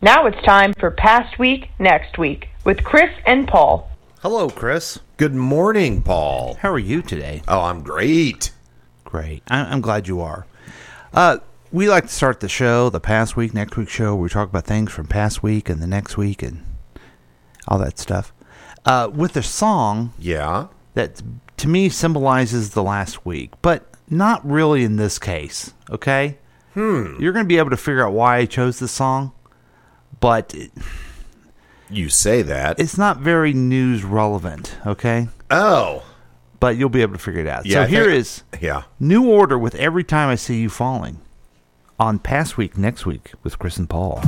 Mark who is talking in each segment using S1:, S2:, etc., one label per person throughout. S1: Now it's time for Past Week, Next Week with Chris and Paul.
S2: Hello, Chris. Good morning, Paul.
S3: How are you today?
S2: Oh, I'm great.
S3: Great. I- I'm glad you are. Uh, we like to start the show, the past week, next week show. Where we talk about things from past week and the next week and all that stuff uh, with a song
S2: Yeah.
S3: that to me symbolizes the last week, but not really in this case. Okay. Hmm. You're going to be able to figure out why I chose this song, but it,
S2: You say that.
S3: it's not very news relevant. Okay.
S2: oh.
S3: But you'll be able to figure it out.
S2: Yeah,
S3: so
S2: I
S3: here
S2: think-
S3: is.
S2: Yeah.
S3: New order with every time I see you falling. On past week, next week with Chris and Paul.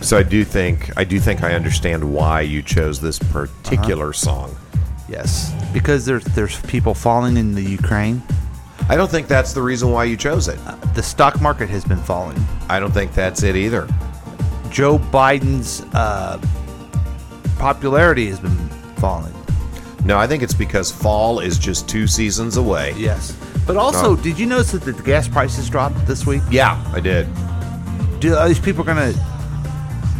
S2: So I do think I do think I understand why you chose this
S3: Uh-huh.
S2: particular song.
S3: Yes, because there's there's people falling in the Ukraine.
S2: I don't think that's the reason why you chose it.
S3: The stock market has been falling.
S2: I don't think that's it either.
S3: Joe Biden's uh, popularity has been falling.
S2: No, I think it's because fall is just two seasons away.
S3: Yes, but also, did you notice that the gas prices dropped this week?
S2: Yeah, I did.
S3: Do are these people gonna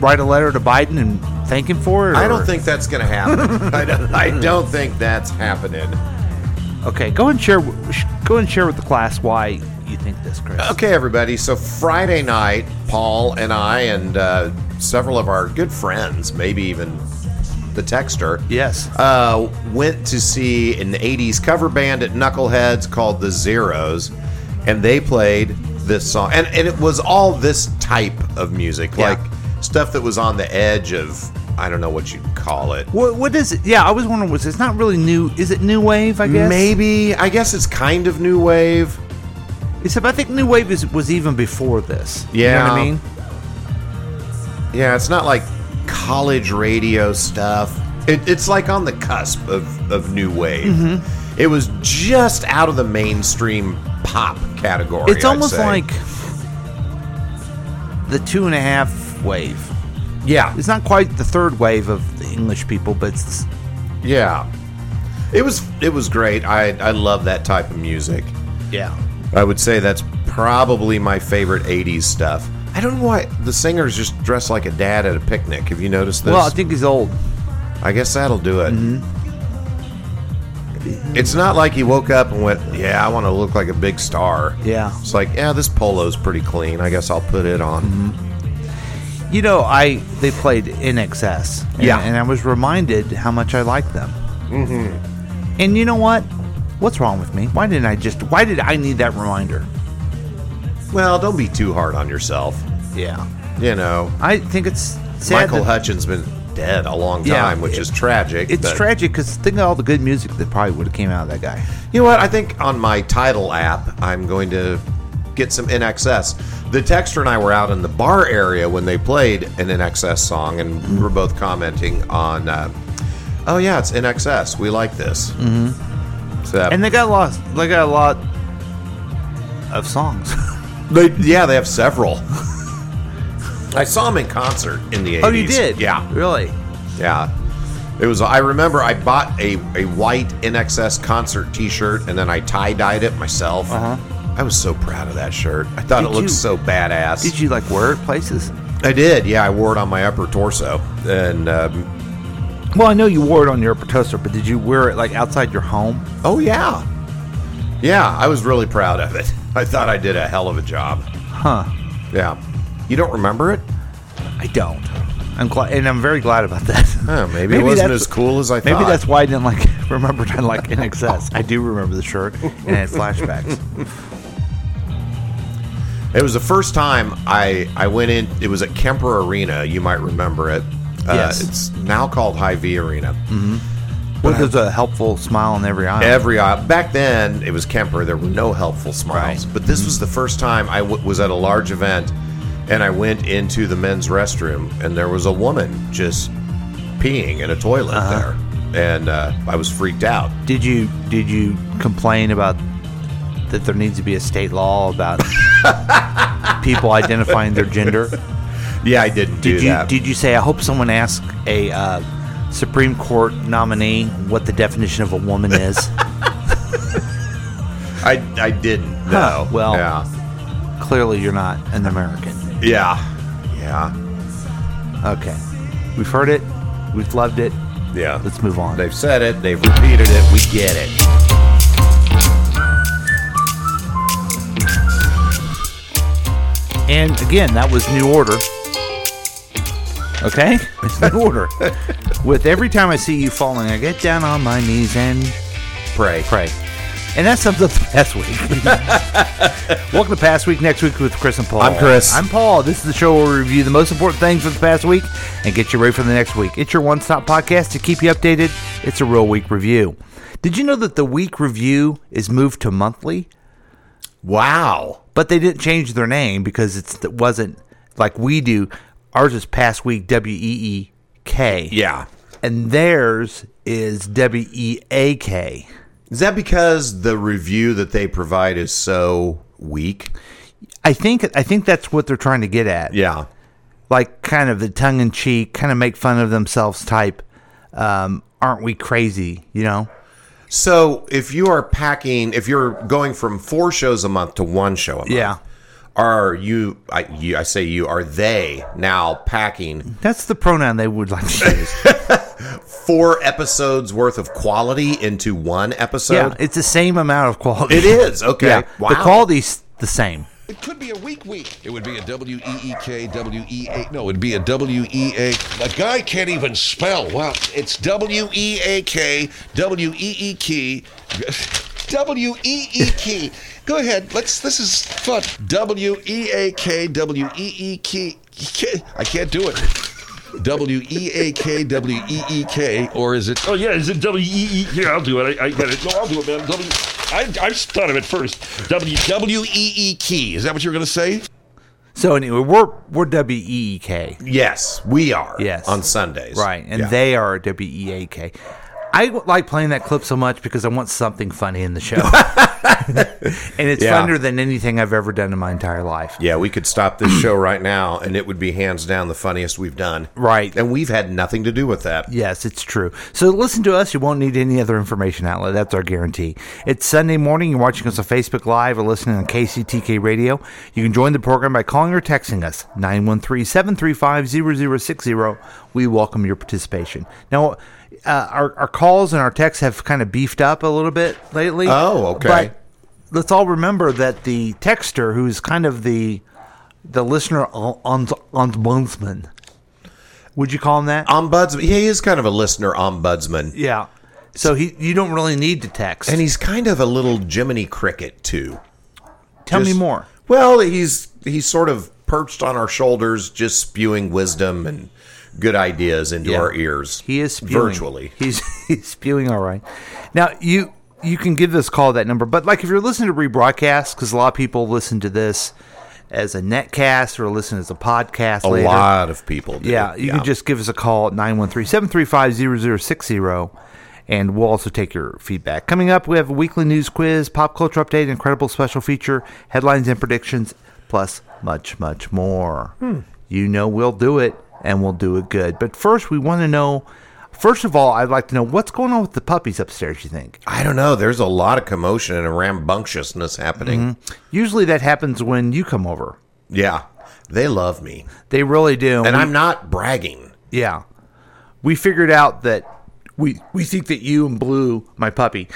S3: write a letter to Biden and thank him for it?
S2: I don't
S3: or-
S2: think that's going to happen. I, don't, I don't think that's happening.
S3: Okay, go and share. sh- Go and share with the class why you think this, Chris.
S2: Okay, everybody. So Friday night, Paul and I and uh, several of our good friends, maybe even the texter,
S3: Yes.
S2: uh, went to see an 80s cover band at Knuckleheads called The Zeros, and they played this song. And, and it was all this type of music,
S3: Yeah.
S2: like stuff that was on the edge of, I don't know what you'd call it.
S3: What, what is it? Yeah, I was wondering. Was it's not really new? Is it new wave? I guess
S2: Maybe, I guess it's kind of new wave.
S3: Except I think new wave is, was even before this. you know what
S2: Yeah.
S3: I mean.
S2: Yeah, it's not like college radio stuff. It, it's like on the cusp of, of new wave.
S3: Mm-hmm.
S2: It was just out of the mainstream pop category.
S3: It's
S2: oh, I'd
S3: almost
S2: say.
S3: like the two and a half wave.
S2: yeah,
S3: It's not quite the third wave of the English people, but it's
S2: yeah. It was it was great. I I love that type of music.
S3: yeah.
S2: I would say that's probably my favorite '80s stuff. I don't know why the singers just dress like a dad at a picnic. Have you noticed this?
S3: Well, I think he's old.
S2: I guess that'll do it. It's not like he woke up and went, "Yeah, I want to look like a big star."
S3: Yeah.
S2: It's like, yeah, this polo's pretty clean. I guess I'll put it on.
S3: Mm-hmm. You know, I they played in excess. And,
S2: Yeah.
S3: and I was reminded how much I liked them. Mm-hmm.
S2: Mm-hmm.
S3: And you know what? What's wrong with me? Why didn't I just? Why did I need that reminder?
S2: Well, don't be too hard on yourself.
S3: Yeah.
S2: You know,
S3: I think it's sad.
S2: Michael
S3: that-
S2: Hutchins been dead a long
S3: Yeah,
S2: time, which
S3: it-
S2: is tragic.
S3: it's
S2: but-
S3: tragic because think of all the good music that probably would have came out of that guy.
S2: You know what? I think on my title app, I'm going to get some NXS. The texter and I were out in the bar area when they played an NXS song, and we were both commenting on, uh, "Oh yeah, it's NXS. We like this." Mm-hmm. So,
S3: And they got lost. They got a lot of songs.
S2: they, yeah, they have several. I saw them in concert in the 80s.
S3: oh, you did?
S2: Yeah,
S3: Really?
S2: yeah. It was. I remember I bought a a white NXS concert T-shirt, and then I tie dyed it myself.
S3: Uh-huh.
S2: I was so proud of that shirt. I thought
S3: Did
S2: it looked
S3: you-
S2: so badass.
S3: Did you like wear it places?
S2: I did. Yeah, I wore it on my upper torso, and um,
S3: Well, I know you wore it on your upper toaster, but did you wear it like outside your home?
S2: oh yeah, yeah, I was really proud of it. I thought I did a hell of a job.
S3: Huh?
S2: Yeah, you don't remember it?
S3: I don't. I'm glad, and I'm very glad about that.
S2: Huh, maybe, it wasn't
S3: that's-
S2: as cool as I
S3: Maybe
S2: thought.
S3: that's why I didn't like remember I like in excess. I do remember the shirt and it had flashbacks.
S2: It was the first time I I went in. It was at Kemper Arena. You might remember it. Uh,
S3: Yes.
S2: It's now called High V Arena.
S3: Well, there's a helpful smile in every eye.
S2: Every aisle. Back then, it was Kemper. There were no helpful smiles.
S3: Right.
S2: But this was the first time I w- was at a large event and I went into the men's restroom and there was a woman just peeing in a toilet
S3: Uh-huh.
S2: there. And uh, I was freaked out.
S3: Did you did you complain about that there needs to be a state law about people identifying their gender?
S2: Yeah, I didn't do
S3: Did you
S2: that.
S3: did you say I hope someone asks a uh, Supreme Court nominee what the definition of a woman is?
S2: I, I didn't.
S3: Huh,
S2: No.
S3: well,
S2: yeah.
S3: clearly you're not an American.
S2: Yeah. Yeah.
S3: Okay. We've heard it. We've loved it.
S2: Yeah.
S3: Let's move on.
S2: They've said it, they've repeated it, we get it.
S3: And again, that was New Order. Okay? It's New Order. With every time I see you falling, I get down on my knees and
S2: Pray.
S3: pray. And that sums up the past week. Welcome to Past Week, next week with Chris and Paul.
S2: I'm Chris.
S3: I'm Paul. This is the show where we review the most important things from the past week and get you ready for the next week. It's your one stop podcast to keep you updated. It's a real week review. Did you know that the week review is moved to monthly?
S2: Wow.
S3: but they didn't change their name because it's, it wasn't like we do. Ours is past week W E E K.
S2: Yeah.
S3: And theirs is W E A K.
S2: Is that because the review that they provide is so weak?
S3: I think I think that's what they're trying to get at.
S2: Yeah.
S3: Like kind of the tongue in cheek, kind of make fun of themselves type. Um, aren't we crazy? You know.
S2: So if you are packing, if you're going from four shows a month to one show a month,
S3: Yeah.
S2: are you? I, you, I say you. Are they now packing
S3: That's the pronoun they would like to use.
S2: four episodes worth of quality into one episode?
S3: yeah, it's the same amount of quality.
S2: It is, okay.
S3: Yeah, the
S2: Wow.
S3: quality's the same.
S4: It could be a weak week. It would be a W E E K W E A. No, it'd be a W E A. The guy can't even spell. Well, it's W E A K W E E K W E E K. Go ahead. Let's. This is fun. W E A K W E E K. I can't do it. W E A K W E E K, or is it?
S5: Oh yeah, is it W E E? Yeah, I'll do it. I, I get it. No, I'll do it, man. W. I I thought of it first. W
S4: W E E K. Is that what you were going to say?
S3: So anyway, we're we're W E E K.
S2: Yes, we are.
S3: Yes.
S2: on Sundays.
S3: Right, and
S2: Yeah.
S3: they are W E A K. I w- like playing that clip so much because I want something funny in the show, and it's
S2: Yeah.
S3: funnier than anything I've ever done in my entire life.
S2: Yeah, we could stop this show right now, and it would be hands down the funniest we've done.
S3: Right.
S2: and we've had nothing to do with that.
S3: Yes, it's true. So listen to us. You won't need any other information outlet. That's our guarantee. It's Sunday morning. You're watching us on Facebook Live or listening on KCTK Radio. You can join the program by calling or texting us 913 735 0060. We welcome your participation. Now, uh, our, our calls and our texts have kind of beefed up a little bit lately.
S2: Oh, okay.
S3: But let's all remember that the texter, who's kind of the the listener on ombudsman, would you call him that?
S2: Ombudsman. He is kind of a listener ombudsman,
S3: Yeah. So he, you don't really need to text.
S2: and he's kind of a little Jiminy Cricket too.
S3: Tell me
S2: Just-
S3: more.
S2: Well, he's he's sort of perched on our shoulders, just spewing wisdom and good ideas into
S3: Yeah.
S2: our ears.
S3: He is spewing.
S2: virtually.
S3: He's, he's spewing all right. Now you you can give this call that number, but like if you're listening to rebroadcast, because a lot of people listen to this as a netcast or listen as a podcast.
S2: A
S3: later.
S2: lot of people. Do.
S3: Yeah, you can just give us a call at 913-735-0060 and we'll also take your feedback. Coming up, we have a weekly news quiz, pop culture update, incredible special feature, headlines and predictions, plus much, much more. You know we'll do it and we'll do it good. But first we want to know first of all, I'd like to know what's going on with the puppies upstairs, you think?
S2: I don't know. There's a lot of commotion and rambunctiousness happening.
S3: Usually that happens when you come over.
S2: Yeah, they love me,
S3: They really do.
S2: and
S3: We-
S2: I'm not bragging.
S3: Yeah. We figured out that we we think that you and Blue, my puppy,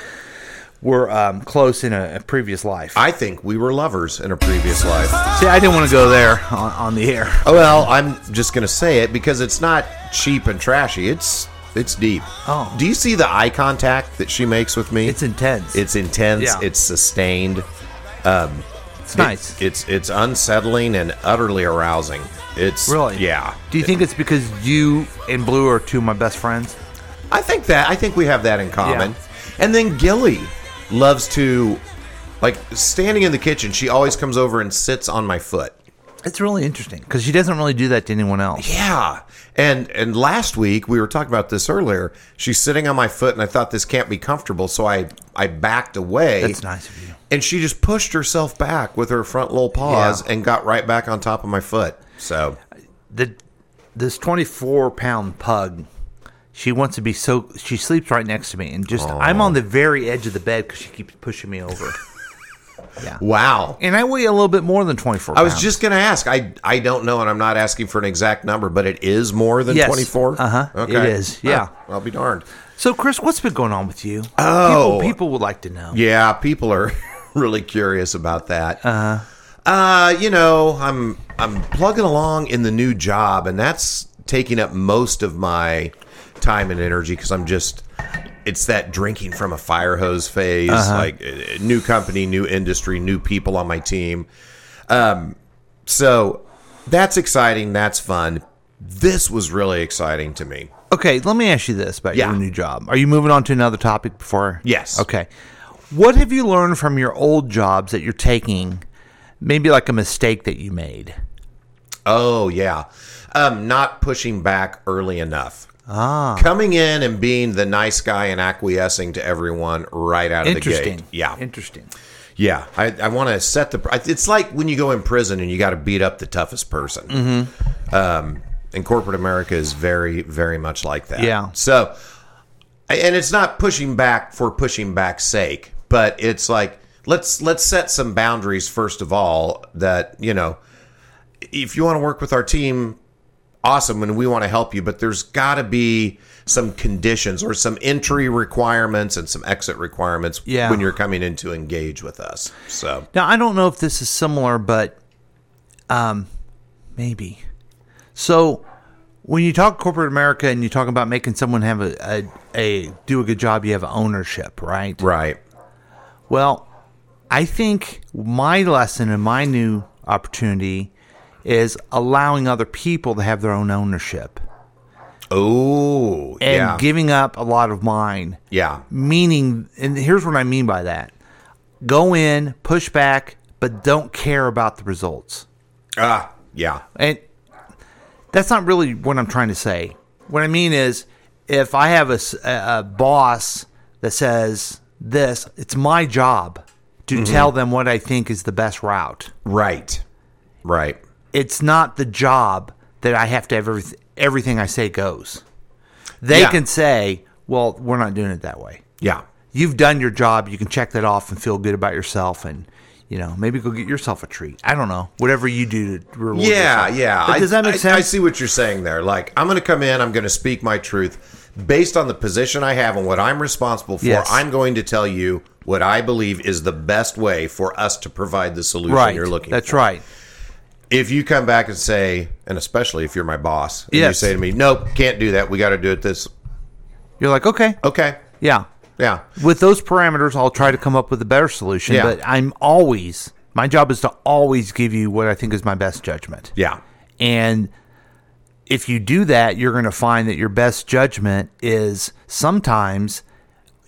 S3: were um, close in a, a previous life.
S2: I think we were lovers in a previous life.
S3: See, I didn't want to go there on, on the air.
S2: Oh, Well, I'm just gonna say it because it's not cheap and trashy. It's it's deep.
S3: Oh.
S2: do you see the eye contact that she makes with me?
S3: It's intense.
S2: It's intense.
S3: Yeah.
S2: It's sustained.
S3: it's nice.
S2: It's it's unsettling and utterly arousing. It's
S3: really?
S2: yeah.
S3: Do you think it's because you and Blue are two of my best friends?
S2: I think that I think we have that in common. And then Gilly loves to like standing in the kitchen. She always comes over and sits on my foot.
S3: It's really interesting because she doesn't really do that to anyone else.
S2: Yeah. And and last week we were talking about this earlier. She's sitting on my foot and I thought this can't be comfortable, so I I backed away.
S3: That's nice of you.
S2: And she just pushed herself back with her front little paws
S3: Yeah.
S2: and got right back on top of my foot. So
S3: The this twenty four pound pug. She wants to be so. She sleeps right next to me, and just I'm on the very edge of the bed because she keeps pushing me over. Yeah.
S2: Wow.
S3: And I weigh a little bit more than 24
S2: I was
S3: pounds.
S2: just going to ask. I I don't know, and I'm not asking for an exact number, but it is more than
S3: Yes.
S2: 24.
S3: Uh-huh.
S2: Okay.
S3: It is. Yeah.
S2: Huh. I'll be darned.
S3: So, Chris, what's been going on with you?
S2: Oh.
S3: People, people would like to know.
S2: Yeah, people are really curious about that. Uh-huh. Uh, you know, I'm I'm plugging along in the new job, and that's taking up most of my time and energy because I'm just it's that drinking from a fire hose phase, like uh, new company, new industry, new people on my team. Um, So that's exciting. That's fun. This was really exciting to me.
S3: Okay, let me ask you this about
S2: Yeah.
S3: your new job. Are you moving on to another topic before?
S2: Yes.
S3: Okay. What have you learned from your old jobs that you're taking? Maybe like a mistake that you made.
S2: Oh yeah, um, not pushing back early enough. Ah, coming in and being the nice guy and acquiescing to everyone right out of the
S3: Interesting.
S2: gate. Yeah,
S3: Interesting.
S2: yeah. I, I want to set the. I- It's like when you go in prison and you got to beat up the toughest person. Mm-hmm. Um, and corporate America is very, very much like that.
S3: Yeah.
S2: So, and it's not pushing back for pushing back's sake, but it's like let's let's set some boundaries first of all. That you know, if you want to work with our team, awesome, and we want to help you, but there's got to be some conditions or some entry requirements and some exit requirements
S3: Yeah.
S2: when you're coming in to engage with us. So
S3: Now, I don't know if this is similar, but um, maybe. So, when you talk corporate America and you talk about making someone have a, a, a do a good job, you have ownership, right?
S2: right,
S3: Well, I think my lesson and my new opportunity is allowing other people to have their own ownership
S2: oh
S3: and
S2: yeah,
S3: giving up a lot of mine.
S2: yeah,
S3: Meaning, and here's what I mean by that go in, push back, but don't care about the results.
S2: ah, yeah,
S3: And that's not really what I'm trying to say. What I mean is, if I have a, s- a- a boss that says this, it's my job to tell them what I think is the best route.
S2: right, right.
S3: It's not the job that I have to have everyth- everything I say goes. They
S2: Yeah.
S3: can say, well, we're not doing it that way.
S2: Yeah.
S3: You've done your job. You can check that off and feel good about yourself and. You know, maybe go get yourself a treat. I don't know. Whatever you do to reward
S2: Yeah,
S3: yourself.
S2: yeah.
S3: But
S2: I-
S3: does that make
S2: I,
S3: sense?
S2: I see what you're saying there. Like, I'm going to come in, I'm going to speak my truth based on the position I have and what I'm responsible for.
S3: Yes.
S2: I'm going to tell you what I believe is the best way for us to provide the solution
S3: right.
S2: you're looking
S3: That's
S2: for.
S3: right.
S2: If you come back and say, and especially if you're my boss, and you
S3: Yes.
S2: say to me, nope, can't do that. We got to do it this.
S3: You're like, okay,
S2: Okay.
S3: yeah.
S2: Yeah.
S3: With those parameters, I'll try to come up with a better solution.
S2: Yeah.
S3: But I'm always, my job is to always give you what I think is my best judgment.
S2: Yeah.
S3: And if you do that, you're going to find that your best judgment is sometimes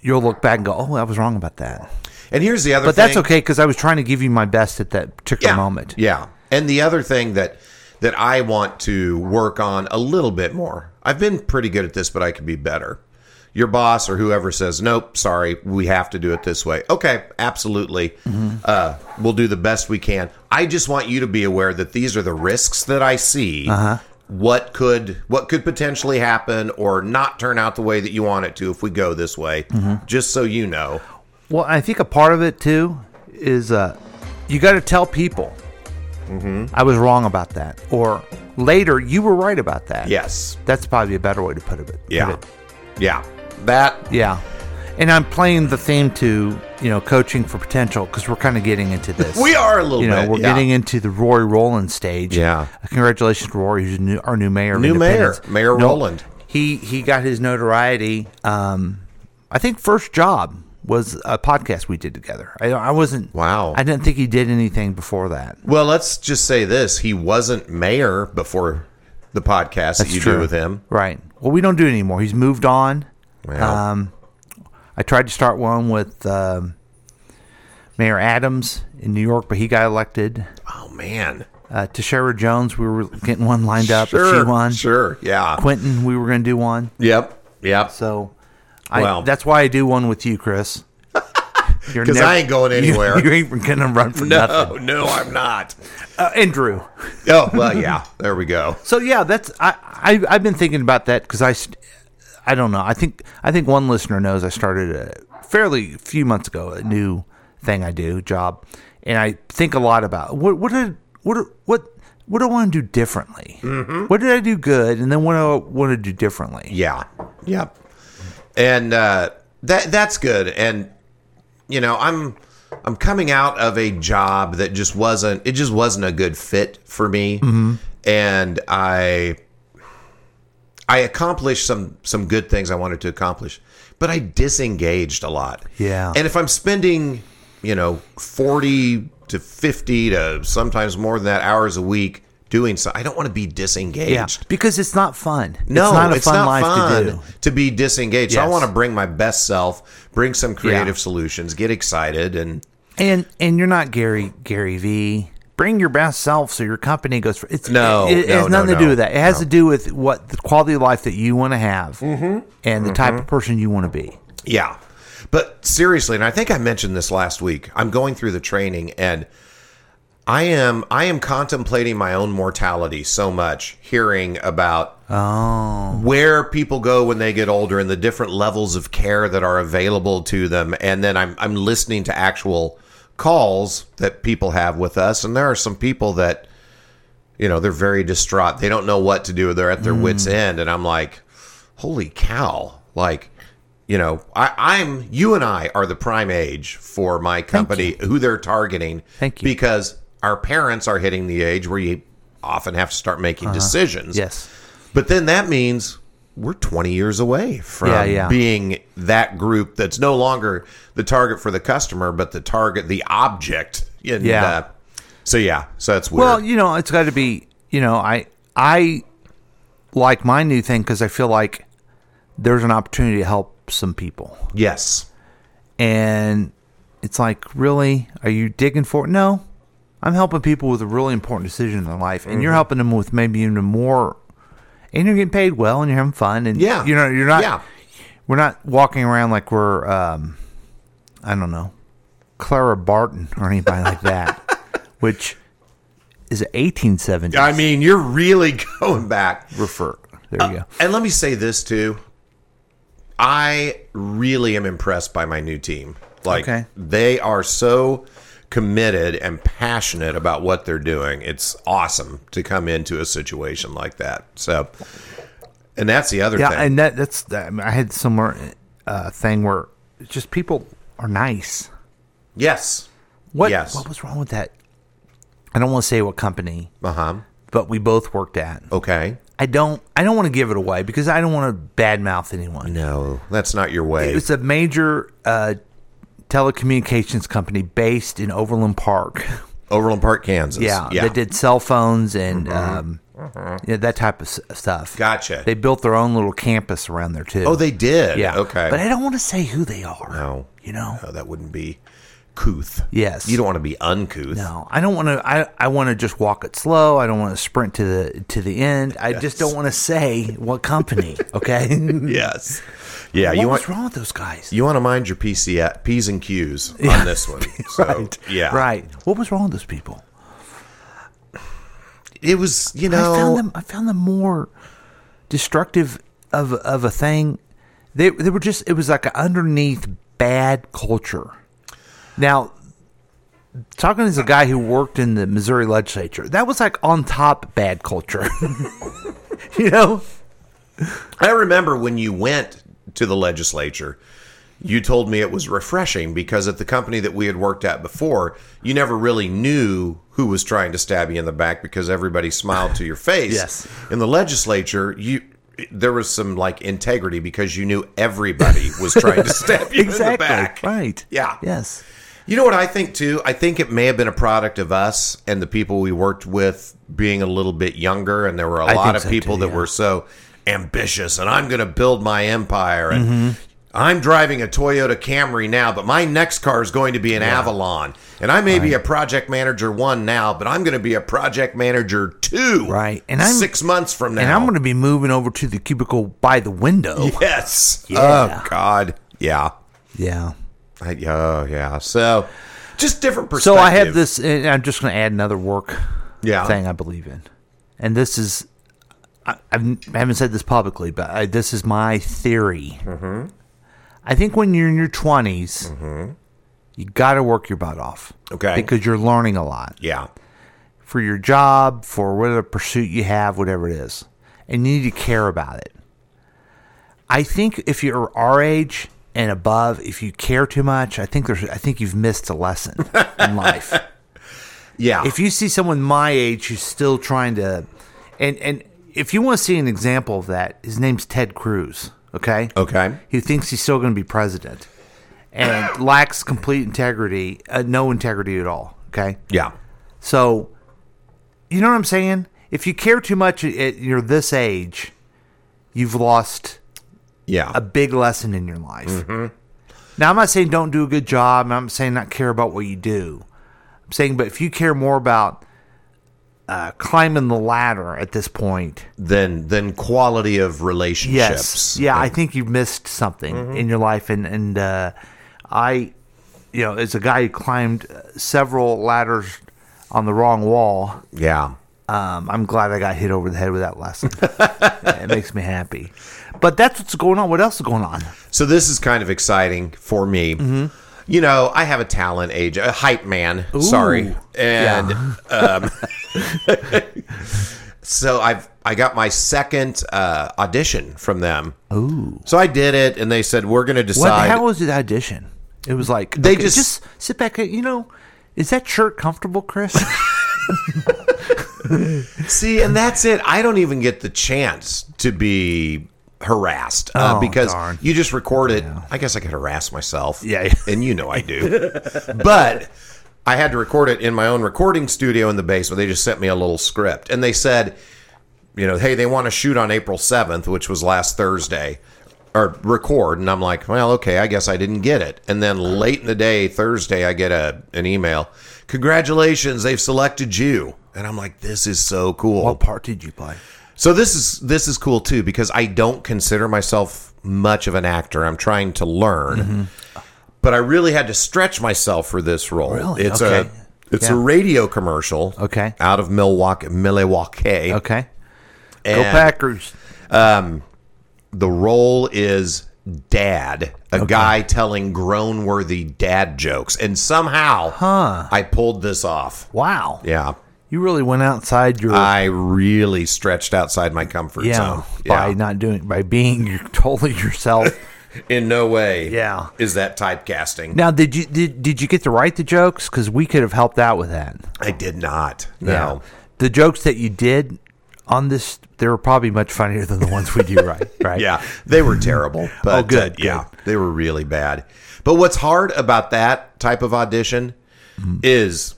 S3: you'll look back and go, oh, I was wrong about that.
S2: And here's the other
S3: But
S2: thing.
S3: that's okay because I was trying to give you my best at that particular
S2: yeah.
S3: moment.
S2: Yeah. And the other thing that that I want to work on a little bit more. I've been pretty good at this, but I could be better. Your boss or whoever says, "Nope, sorry, we have to do it this way." Okay, absolutely.
S3: Mm-hmm.
S2: Uh, we'll do the best we can. I just want you to be aware that these are the risks that I see.
S3: Uh-huh.
S2: What could what could potentially happen or not turn out the way that you want it to if we go this way?
S3: Mm-hmm.
S2: Just so you know.
S3: Well, I think a part of it too is uh, you got to tell people
S2: Mm-hmm.
S3: I was wrong about that, or later you were right about that.
S2: Yes.
S3: that's probably a better way to put it. put
S2: Yeah.
S3: it.
S2: Yeah. That
S3: yeah. And I'm playing the theme to you know coaching for potential because we're kind of getting into this.
S2: We are a little
S3: you know,
S2: bit.
S3: we're
S2: yeah.
S3: getting into the Rory Roland stage.
S2: Yeah.
S3: congratulations, Rory, who's new, our new mayor. of
S2: New mayor,
S3: Independence.
S2: Mayor Roland.
S3: He he got his notoriety. Um, I think first job was a podcast we did together. I, I wasn't.
S2: Wow.
S3: I didn't think he did anything before that.
S2: Well, let's just say this: he wasn't mayor before the podcast that you do with him.
S3: right? Well, we don't do it anymore. He's moved on.
S2: Yeah.
S3: Um, I tried to start one with um, Mayor Adams in New York, but he got elected.
S2: oh man,
S3: Uh, Tashara Jones, we were getting one lined up. but she won.
S2: sure, yeah,
S3: Quentin, we were going to do one.
S2: yep, yep.
S3: So I,
S2: Well.
S3: that's why I do one with you, Chris. Because
S2: 'Cause I ain't going anywhere.
S3: You, ain't going to run for
S2: No,
S3: nothing.
S2: no, I'm not.
S3: Uh, and Drew.
S2: Oh well, yeah. There we go.
S3: So yeah, that's I, I I've been thinking about that because I, st- I don't know. I think I think one listener knows I started a fairly few months ago a new thing I do job, and I think a lot about what what did what what what do I want to do differently?
S2: Mm-hmm.
S3: What did I do good, and then what do I want to do differently?
S2: Yeah. Yep. And uh, that that's good. And you know, I'm I'm coming out of a job that just wasn't it just wasn't a good fit for me.
S3: Mm-hmm.
S2: And I I accomplished some some good things I wanted to accomplish, but I disengaged a lot.
S3: Yeah.
S2: And if I'm spending, you know, 40 to 50 to sometimes more than that hours a week doing so, I don't want to be disengaged.
S3: Yeah, because it's not fun.
S2: No,
S3: it's not a fun life
S2: fun
S3: to do.
S2: to be disengaged. So I
S3: Yes.
S2: want to bring my best self, bring some creative solutions, get excited, and
S3: And and you're not Gary Gary V. Bring your best self so your company goes. For, it's
S2: No,
S3: It, it
S2: no,
S3: has
S2: no,
S3: nothing to
S2: no,
S3: do with that. It has
S2: no. Mm-hmm.
S3: to do with what the quality of life that you want to have and the type of person you want to be.
S2: yeah. But seriously, and I think I mentioned this last week. I'm going through the training, and I am I am contemplating my own mortality so much. Hearing about
S3: Oh.
S2: where people go when they get older and the different levels of care that are available to them, and then I'm I'm listening to actual calls that people have with us, and there are some people that you know they're very distraught they don't know what to do they're at
S3: Mm.
S2: their wits end and i'm like holy cow like you know I, i'm you and i are the prime age for my company who they're targeting
S3: Thank you.
S2: because our parents are hitting the age where you often have to start making decisions
S3: Uh-huh. Yes.
S2: but then that means we're 20 years away from
S3: Yeah, yeah.
S2: being that group that's no longer the target for the customer but the target the object and,
S3: Yeah.
S2: uh, so yeah so that's weird
S3: Well, you know, it's got to be. You know, I I like my new thing because I feel like there's an opportunity to help some people,
S2: yes
S3: and it's like, really, are you digging for it? No, I'm helping people with a really important decision in their life, and
S2: Mm-hmm.
S3: you're helping them with maybe even more. And you're getting paid well, and you're having fun, and
S2: Yeah.
S3: you know, you're not.
S2: Yeah.
S3: We're not walking around like we're, um, I don't know, Clara Barton or anybody like that, which is 1870s.
S2: I mean, you're really going back.
S3: refer. There you go.
S2: And let me say this too. I really am impressed by my new team. Like
S3: Okay.
S2: they are so committed and passionate about what they're doing. It's awesome to come into a situation like that. So and that's the other
S3: Yeah,
S2: thing.
S3: and that that's that- I, mean, I had somewhere uh, thing where just people are nice.
S2: yes.
S3: What
S2: Yes.
S3: what was wrong with that? I don't want to say what company,
S2: Uh-huh.
S3: but we both worked at.
S2: Okay.
S3: I don't I don't want to give it away because I don't want to badmouth anyone.
S2: No, that's not your way.
S3: It's a major uh, telecommunications company based in Overland Park.
S2: Overland Park, Kansas. yeah.
S3: Yeah,
S2: Mm-hmm.
S3: that did cell phones and um, yeah, that type of s- stuff.
S2: Gotcha.
S3: They built their own little campus around there too.
S2: oh, they did.
S3: yeah,
S2: Okay.
S3: But I don't want to say who they are.
S2: no.
S3: you know.
S2: No, that wouldn't be couth.
S3: Yes.
S2: You don't want to be uncouth.
S3: No, I don't want to. I, I want to just walk it slow. I don't want to sprint to the to the end. I just don't want to say what company. Okay.
S2: Yes. Yeah,
S3: what
S2: you
S3: was
S2: want
S3: wrong with those guys?
S2: you want to mind your PC P's and Q's on this one. So,
S3: right.
S2: Yeah.
S3: Right. What was wrong with those people?
S2: It was you
S3: I
S2: know
S3: found them. I found them more destructive of of a thing. They they were just. It was like an underneath bad culture. Now, talking as a guy who worked in the Missouri legislature, that was like on top bad culture. you know.
S2: I remember when you went to the legislature. You told me it was refreshing because at the company that we had worked at before, you never really knew who was trying to stab you in the back because everybody smiled to your face.
S3: Yes.
S2: In the legislature, you there was some like integrity because you knew everybody was trying to stab you in the back.
S3: Right.
S2: Yeah.
S3: Yes.
S2: You know what I think too? I think it may have been a product of us and the people we worked with being a little bit younger, and there were a
S3: think
S2: lot of
S3: so,
S2: people
S3: too,
S2: that
S3: yeah.
S2: were so ambitious, and I'm going to build my empire, and
S3: Mm-hmm.
S2: I'm driving a Toyota Camry now, but my next car is going to be an Avalon, and I may be a project manager one now, but I'm going to be a project manager two,
S3: Right. And I'm-
S2: six months from now,
S3: And I'm going to be moving over to the cubicle by the window.
S2: yes,
S3: Yeah.
S2: oh God, yeah,
S3: Yeah.
S2: I, oh yeah, so just different
S3: So
S2: perspective.
S3: I have this, and I'm just going to add another work
S2: Yeah.
S3: thing I believe in. And this is, I, I've, I haven't said this publicly, but I, this
S2: Mm-hmm.
S3: is my theory. I think when you're in your 20s, You got to work your butt off.
S2: Okay.
S3: Because you're learning a lot
S2: Yeah.
S3: for your job, for whatever pursuit you have, whatever it is. And you need to care about it. I think if you're our age and above, if you care too much, I think there's I think you've missed a lesson in life.
S2: Yeah.
S3: If you see someone my age who's still trying to and and if you want to see an example of that, his name's Ted Cruz, okay?
S2: okay.
S3: who thinks he's still going to be president and lacks complete integrity, uh, no integrity at all. Okay.
S2: Yeah.
S3: So, you know what I'm saying? If you care too much at- at you're this age, you've lost
S2: Yeah.
S3: a big lesson in your life. Now, I'm not saying don't do a good job. and I'm not saying not care about what you do. I'm saying, but if you care more about uh, climbing the ladder at this point,
S2: then then quality of relationships.
S3: Yes. Yeah, I think you missed something in your life, and and uh, I, you know, as a guy who climbed uh, several ladders on the wrong wall,
S2: Yeah.
S3: um, I'm glad I got hit over the head with that lesson. it makes me happy. But that's what's going on. What else is going on?
S2: So this is kind of exciting for me.
S3: Mm-hmm.
S2: You know, I have a talent age, a hype man. Sorry, and um, so I've I got my second uh, audition from them. Ooh! So I did it, and they said we're going to
S3: What the
S2: decide.
S3: hell was the audition? It was like
S2: They
S3: okay,
S2: just-
S3: sit back. and- You know, is that shirt comfortable, Chris?
S2: See, and that's it. I don't even get the chance to be harassed uh,
S3: Oh,
S2: because
S3: darn.
S2: you just record it. I guess I could harass myself.
S3: Yeah.
S2: And you know I do. but I had to record it in my own recording studio in the basement. They just sent me a little script and they said, you know, hey, they want to shoot on April 7th, which was last Thursday, or record. And I'm like, well, okay, I guess I didn't get it. And then late in the day, Thursday, I get a an email. Congratulations, they've selected you. And I'm like, this is so cool.
S3: what part did you play?
S2: So this is this is cool too because I don't consider myself much of an actor. I'm trying to learn,
S3: Mm-hmm.
S2: but I really had to stretch myself for this role.
S3: Really?
S2: It's
S3: Okay.
S2: a it's a
S3: Yeah.
S2: radio commercial.
S3: Okay.
S2: out of Milwaukee, Milwaukee.
S3: Okay, go
S2: And
S3: Packers.
S2: The role is dad, a guy telling grown worthy dad jokes, and somehow I pulled this off.
S3: Wow,
S2: Yeah,
S3: you really went outside your
S2: I really stretched outside my comfort
S3: yeah,
S2: zone.
S3: by not doing by being your, totally yourself.
S2: in no way.
S3: Yeah.
S2: is that typecasting?
S3: now, did you did, did you get to write the jokes? Because we could have helped out with that.
S2: I did not.
S3: Yeah.
S2: No.
S3: the jokes that you did on this, they were probably much funnier than the ones we do write. Right?
S2: Yeah. They were terrible. But,
S3: Oh, good,
S2: uh, yeah. They were really bad. But what's hard about that type of audition
S3: Mm-hmm.
S2: is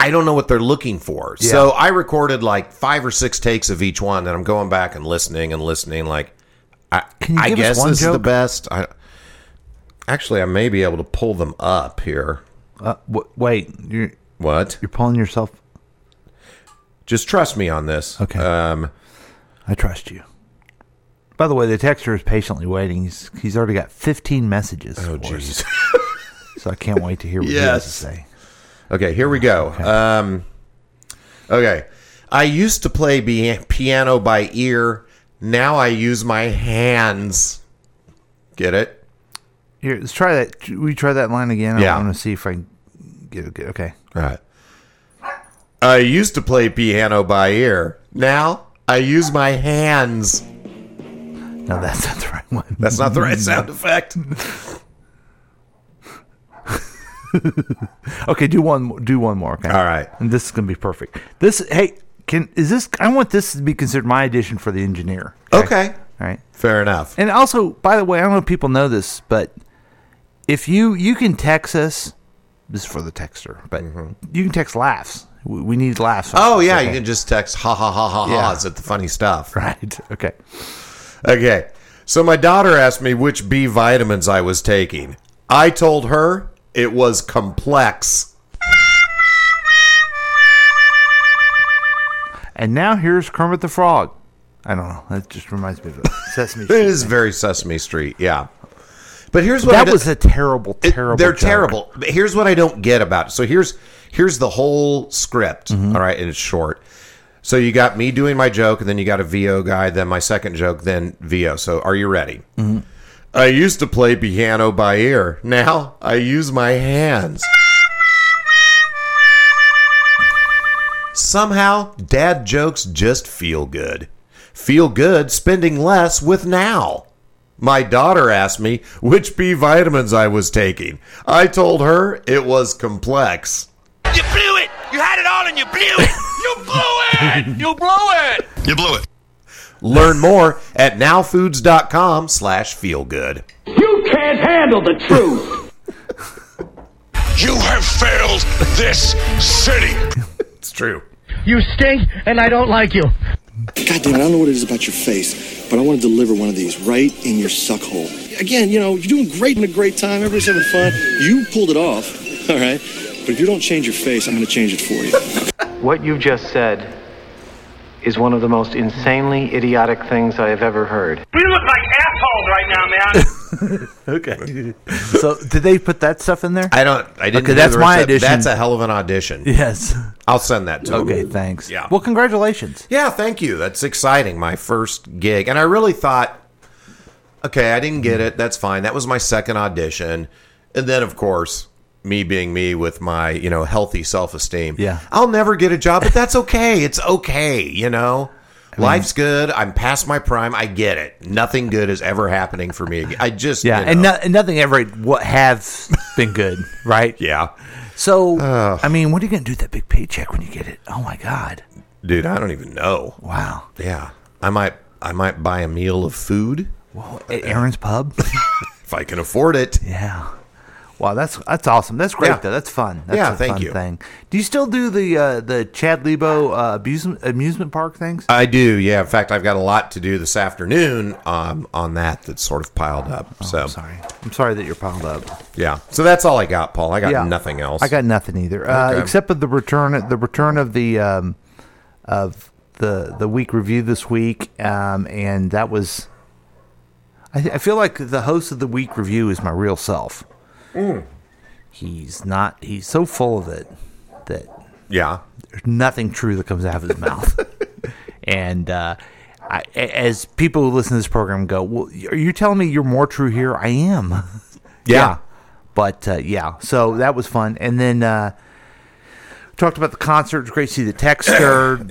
S2: I don't know what they're looking for. So I recorded like five or six takes of each one, and I'm going back and listening and listening. Like, I,
S3: Can you
S2: I
S3: give us
S2: guess
S3: one
S2: this is the
S3: joke?
S2: best. I, actually, I may be able to pull them up here.
S3: Uh, w- wait, you're
S2: What?
S3: you're pulling yourself.
S2: Just trust me on this.
S3: Okay.
S2: Um,
S3: I trust you. By the way, the texter is patiently waiting. He's he's already got 15 messages.
S2: oh,
S3: for
S2: jeez.
S3: us, So I can't wait to hear what he has to
S2: Yes.
S3: say.
S2: Okay, here we go. Um, okay. I used to play be- piano by ear. Now I use my hands. Get it?
S3: Here, let's try that. Should We try that line again.
S2: Yeah.
S3: I want to see if I can get it. Okay.
S2: All right. I used to play piano by ear. Now I use my hands.
S3: No, that's not the right one.
S2: That's not the right sound effect.
S3: Okay, do one, mo- do one more. Okay.
S2: All right.
S3: And this is gonna be perfect. This, hey, can is this? I want this to be considered my edition for the engineer.
S2: Okay.
S3: All right.
S2: Fair enough.
S3: And also, by the way, I don't know if people know this, but if you you can text us, this is for the texter, but you can text laughs. We, we need laughs. on
S2: Mm-hmm. Oh,
S3: this,
S2: yeah.
S3: okay?
S2: You can just text ha ha ha ha
S3: Yeah.
S2: ha's at the funny stuff.
S3: Right. Okay.
S2: Okay. So my daughter asked me which B vitamins I was taking. I told her it was complex.
S3: And now here's Kermit the Frog. I don't know. That just reminds me of a Sesame
S2: It
S3: Street.
S2: is very Sesame Street, yeah. But here's what I
S3: That
S2: do-
S3: was a terrible,
S2: it-
S3: terrible.
S2: They're
S3: joke.
S2: terrible. But here's what I don't get about it. So here's here's the whole script.
S3: Mm-hmm.
S2: all right, and it's short. So you got me
S3: Mm-hmm.
S2: doing my joke, and then you got a VO guy, then my second joke, then VO. So are you ready? I used to play piano by ear. Now I use my hands. Somehow, dad jokes just feel good. Feel good spending less with now. My daughter asked me which B vitamins I was taking. I told her it was complex.
S6: You blew it! You had it all and you blew it! You blew it! You blew it!
S4: You blew it.
S2: Learn more at nowfoods.com slash feelgood.
S7: You can't handle the truth.
S4: You have failed this city.
S2: It's true.
S8: You stink, and I don't like you.
S9: God damn it, I don't know what it is about your face, but I want to deliver one of these right in your suck hole. Again, you know, you're doing great and a great time, everybody's having fun. You pulled it off, all right? But if you don't change your face, I'm going to change it for you.
S10: What you've just said is one of the most insanely idiotic things I have ever heard.
S6: We look like assholes right now, man.
S3: Okay. so did they put that stuff in there?
S2: I don't. I didn't.
S3: Okay,
S2: hear
S3: that's
S2: the
S3: my
S2: recep-
S3: audition.
S2: That's a hell of an audition.
S3: yes.
S2: I'll send that to.
S3: Okay,
S2: Him.
S3: thanks.
S2: Yeah.
S3: Well, congratulations.
S2: Yeah. Thank you. That's exciting. My first gig, and I really thought, okay, I didn't get it. That's fine. That was my second audition, and then of course, me being me with my you know healthy self esteem.
S3: Yeah.
S2: I'll never get a job, but that's okay. It's okay. You know. Life's good. I'm past my prime. I get it. Nothing good is ever happening for me. again. I just
S3: Yeah,
S2: you
S3: and,
S2: know.
S3: no, and nothing ever what have been good, right?
S2: yeah,
S3: So, I mean, what are you going to do with that big paycheck when you get it? Oh my God!
S2: dude. I don't even know.
S3: Wow.
S2: Yeah, I might I might buy a meal of food
S3: Well, at Aaron's Pub.
S2: if I can afford it.
S3: yeah. Wow, that's that's awesome. That's great
S2: Yeah.
S3: though. That's fun. That's
S2: Yeah,
S3: a
S2: thank
S3: fun
S2: you.
S3: thing. Do you still do the uh, the Chad Lebo uh, amusement amusement park things?
S2: I do, yeah. In fact, I've got a lot to do this afternoon um, on that that's sort of piled up. so,
S3: I'm sorry. I'm sorry that you're piled up.
S2: yeah. So that's all I got, Paul. I got
S3: Yeah.
S2: nothing else.
S3: I got nothing either, uh,
S2: Okay.
S3: except for the return the return of the um, of the the week review this week, um, and that was. I, I feel like the host of the week review is my real self. He's not. He's so full of it that
S2: yeah.
S3: there's nothing true that comes out of his mouth. and uh, I, a- as people who listen to this program go, well, are you telling me you're more true here? I am. yeah. But uh, yeah, so that was fun. And then uh, talked about the concert. It was great to see the texter.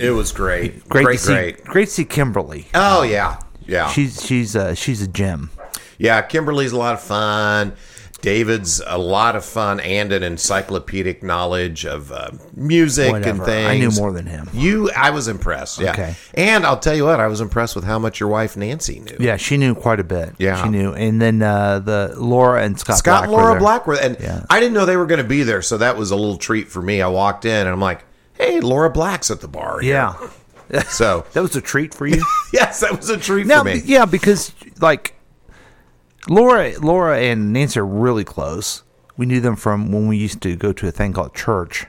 S2: It was great.
S3: great,
S2: great,
S3: to see,
S2: great.
S3: great to see Kimberly.
S2: Oh yeah, yeah,
S3: She's she's uh, she's a gem.
S2: yeah. Kimberly's a lot of fun. David's a lot of fun and an encyclopedic knowledge of uh, music and
S3: Whatever.
S2: things.
S3: I knew more than him.
S2: You, I was impressed. Yeah.
S3: Okay.
S2: And I'll tell you what, I was impressed with how much your wife Nancy knew.
S3: Yeah, she knew quite a bit.
S2: Yeah.
S3: she knew. And then uh, the Laura and Scott
S2: Scott
S3: Black
S2: and
S3: were
S2: Laura
S3: there.
S2: Black were, and
S3: Yeah.
S2: I didn't know they were going to be there, so that was a little treat for me. I walked in and I'm like, "Hey, Laura Black's at the bar." here."
S3: Yeah,
S2: So
S3: that was a treat for you.
S2: yes, that was a treat
S3: Now,
S2: for me.
S3: yeah, because like Laura, Laura and Nancy are really close. We knew them from when we used to go to a thing called church,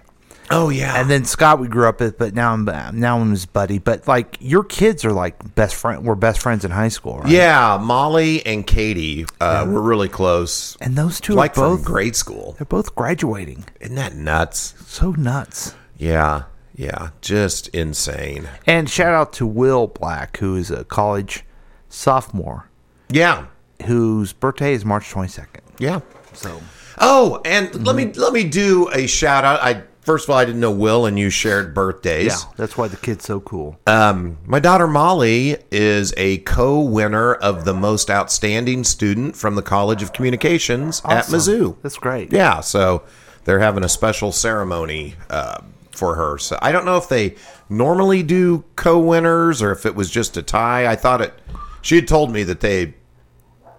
S2: Oh yeah.
S3: and then Scott we grew up with, but now I'm now I'm his buddy. But like your kids are like best friend. We're best friends in high school, right?
S2: yeah, Molly and Katie uh, were really close,
S3: And those two
S2: like
S3: are both
S2: from grade school.
S3: They're both graduating.
S2: Isn't that nuts?
S3: So nuts.
S2: Yeah, yeah, just insane.
S3: And shout out to Will Black, who is a college sophomore,
S2: Yeah,
S3: whose birthday is March twenty second.
S2: yeah.
S3: So
S2: Oh, and
S3: Mm-hmm.
S2: let me let me do a shout out. I first of all, I didn't know Will and you shared birthdays.
S3: yeah, that's why the kid's so cool.
S2: Uh, My daughter Molly is a co winner of the most outstanding student from the College of Communications at Mizzou.
S3: That's great.
S2: Yeah, so they're having a special ceremony uh, for her. So I don't know if they normally do co winners or if it was just a tie. I thought it, she had told me that they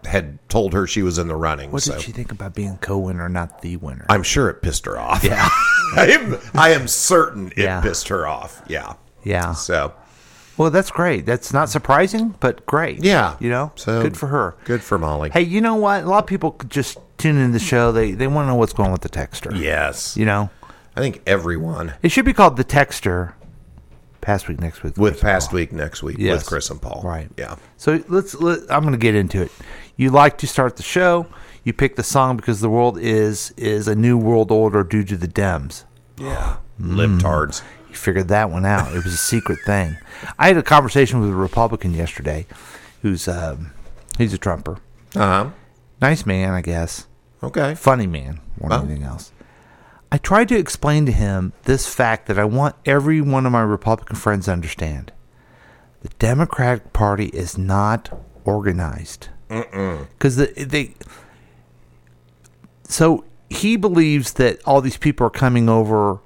S2: had told her she was in the running.
S3: What
S2: so
S3: did she think about being co-winner, not the winner?
S2: I'm sure it pissed her off. Yeah. I, am, I am certain it
S3: Yeah.
S2: pissed her off. Yeah.
S3: yeah.
S2: So.
S3: Well, that's great. That's not surprising, but great.
S2: Yeah.
S3: You know,
S2: So,
S3: good for her.
S2: Good for Molly.
S3: Hey, you know what? A lot of people could just tune in the show. They they want to know what's going on with the texter.
S2: Yes.
S3: You know,
S2: I think everyone
S3: it should be called the texter. Past week, next week,
S2: with
S3: Chris and
S2: past
S3: Paul.
S2: week next week
S3: Yes.
S2: with Chris and Paul.
S3: Right.
S2: Yeah.
S3: So let's. Let, I'm going to get into it. You like to start the show. You pick the song because the world is is a new world order due to the Dems.
S2: Yeah.
S3: Mm.
S2: Libtards.
S3: You figured that one out. It was a secret thing. I had a conversation with a Republican yesterday, who's um, he's a Trumper,
S2: Uh huh.
S3: Nice man, I guess.
S2: Okay.
S3: Funny man, more than
S2: Well.
S3: anything else. I tried to explain to him this fact that I want every one of my Republican friends to understand. The Democratic Party is not organized. Because the, they. So he believes that all these people are coming over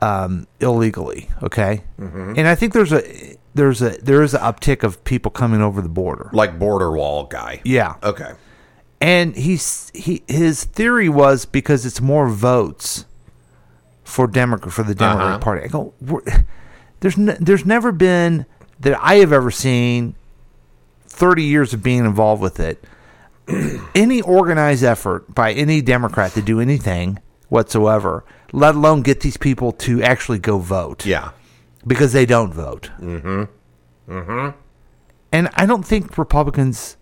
S3: um, illegally, okay? And I think there's a. There's a there is an uptick of people coming over the border.
S2: Like border wall guy.
S3: Yeah,
S2: Okay.
S3: and he's he his theory was because it's more votes for Democrat for the Democratic
S2: Uh-huh.
S3: Party. I go, "We're- there's ne- there's never been that I have ever seen. Thirty years of being involved with it, any organized effort by any Democrat to do anything whatsoever, let alone get these people to actually go vote
S2: Yeah.
S3: because they don't vote. Mm-hmm. Mm-hmm. And I don't think Republicans.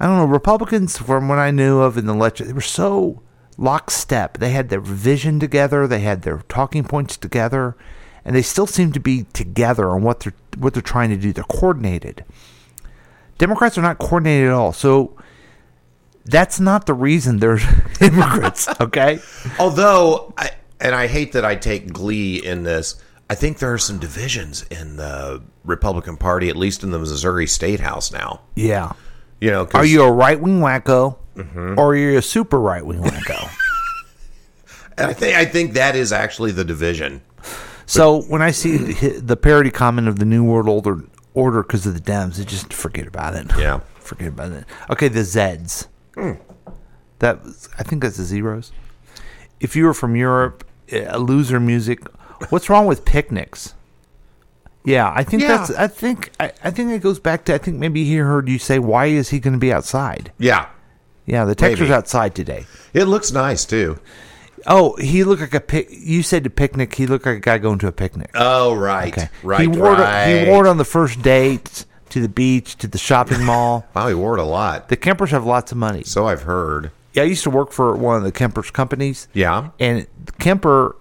S3: I don't know Republicans from what I knew of in the lecture. They were so lockstep. They had their vision together. They had their talking points together, and they still seem to be together on what they're what they're trying to do. They're coordinated. Democrats are not coordinated at all. So. That's not the reason there's immigrants, okay?
S2: Although, I, and I hate that I take glee in this, I think there are some divisions in the Republican Party, at least in the Missouri State House now.
S3: Yeah.
S2: You know, 'cause-
S3: Are you a right wing wacko
S2: Mm-hmm.
S3: or are you a super right wing wacko?
S2: and I think I think that is actually the division.
S3: So when I see the, the parody comment of the New World Order order because of the Dems, it just forget about it.
S2: Yeah. Hmm.
S3: forget about it. Okay, the Zeds. That was, I think that's the zeros. If you were from Europe, uh, loser music. What's wrong with picnics? Yeah, I think
S2: Yeah.
S3: that's. I think I, I think it goes back to. I think maybe he heard you say, "Why is he going to be outside?"
S2: Yeah.
S3: Yeah, the texture's
S2: Maybe.
S3: outside today.
S2: It looks nice too.
S3: Oh, he looked like a pic. You said to picnic. He looked like a guy going to a picnic.
S2: Oh, right.
S3: Okay.
S2: Right.
S3: He wore
S2: right.
S3: It, he wore it on the first date to the beach to the shopping mall.
S2: Wow, he wore it a lot.
S3: the Kempers have lots of money.
S2: So I've heard.
S3: Yeah, I used to work for one of the Kemper's companies.
S2: Yeah.
S3: And Kemper,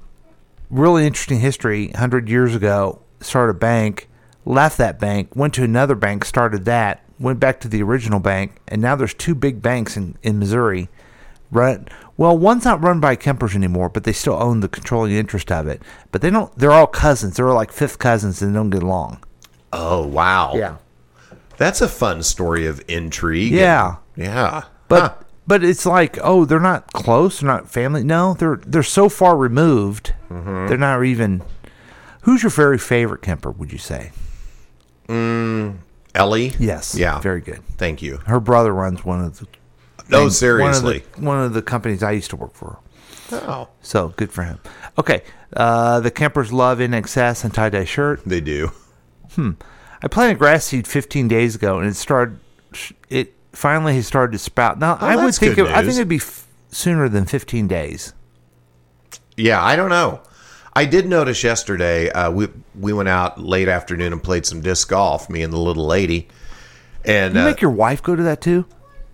S3: really interesting history. 100 years ago, started a bank, left that bank, went to another bank, started that, went back to the original bank, and now there's two big banks in, in Missouri. Run, well, one's not run by Kemper's anymore, but they still own the controlling interest of it. But they don't. They're all cousins. They're all like fifth cousins, and they don't get along.
S2: Oh, wow. That's a fun story of intrigue.
S3: Yeah.
S2: Yeah.
S3: But
S2: Huh.
S3: but it's like, oh, they're not close, they're not family. No, they're they're so far removed.
S2: Mm-hmm.
S3: They're not even. Who's your very favorite Kemper? Would you say?
S2: Ellie?
S3: Yes.
S2: Yeah.
S3: Very good.
S2: Thank you.
S3: Her brother runs one of the.
S2: No,
S3: One of,
S2: seriously.
S3: the, one of the companies I used to work for.
S2: Oh.
S3: So good for him. Okay. Uh, the Kempers love in excess and tie dye shirt.
S2: They do.
S3: I planted grass seed 15 days ago, and it started. It finally has started to sprout. Now I would
S2: Oh, that's
S3: think.
S2: good
S3: It, I think
S2: news.
S3: it'd be f- sooner than 15 days.
S2: Yeah, I don't know. I did notice yesterday. Uh, we we went out late afternoon and played some disc golf. Me and the little lady, and
S3: You
S2: uh,
S3: make your wife go to that too?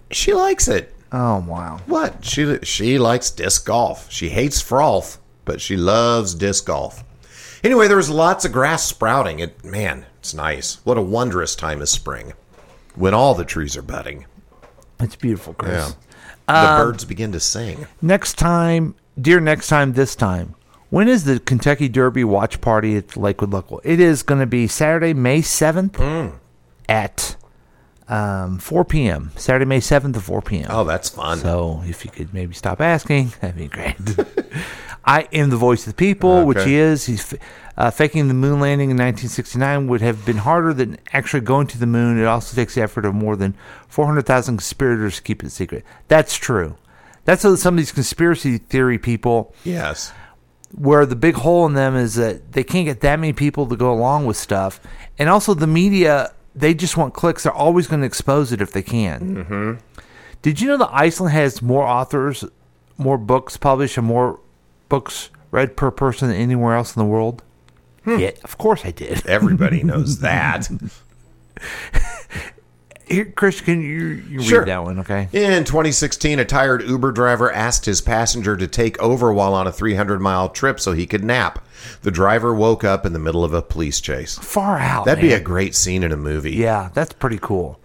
S2: she likes it.
S3: Oh wow.
S2: What she she likes disc golf. She hates froth, but she loves disc golf. Anyway, there was lots of grass sprouting. It man, it's nice. What a wondrous time of spring, when all the trees are budding.
S3: It's beautiful, Chris.
S2: Yeah, the birds begin to sing.
S3: Next time, dear next time, this time, when is the Kentucky Derby watch party at the Lakewood Local? It is going to be Saturday, May 7th
S2: Mm.
S3: at um, 4 p.m. Saturday, May 7th at 4 p.m.
S2: Oh, that's fun.
S3: So if you could maybe stop asking, that'd be great. I am the voice of the people, which
S2: Okay.
S3: he is. He's f- uh, faking the moon landing in 1969 would have been harder than actually going to the moon. It also takes the effort of more than 400,000 conspirators to keep it secret. That's true. That's what some of these conspiracy theory people,
S2: yes,
S3: where the big hole in them is that they can't get that many people to go along with stuff, and also the media. They just want clicks. They're always going to expose it if they can.
S2: Mm-hmm.
S3: Did you know that Iceland has more authors, more books published, and more books read per person than anywhere else in the world?
S2: Hmm.
S3: Yeah, of course I did.
S2: everybody knows that.
S3: Here, Chris, can you, you
S2: Sure.
S3: read that one? Okay.
S2: In 2016, a tired Uber driver asked his passenger to take over while on a 300 mile trip so he could nap. The driver woke up in the middle of a police chase.
S3: Far out.
S2: That'd be
S3: man.
S2: a great scene in a movie.
S3: yeah. That's pretty cool.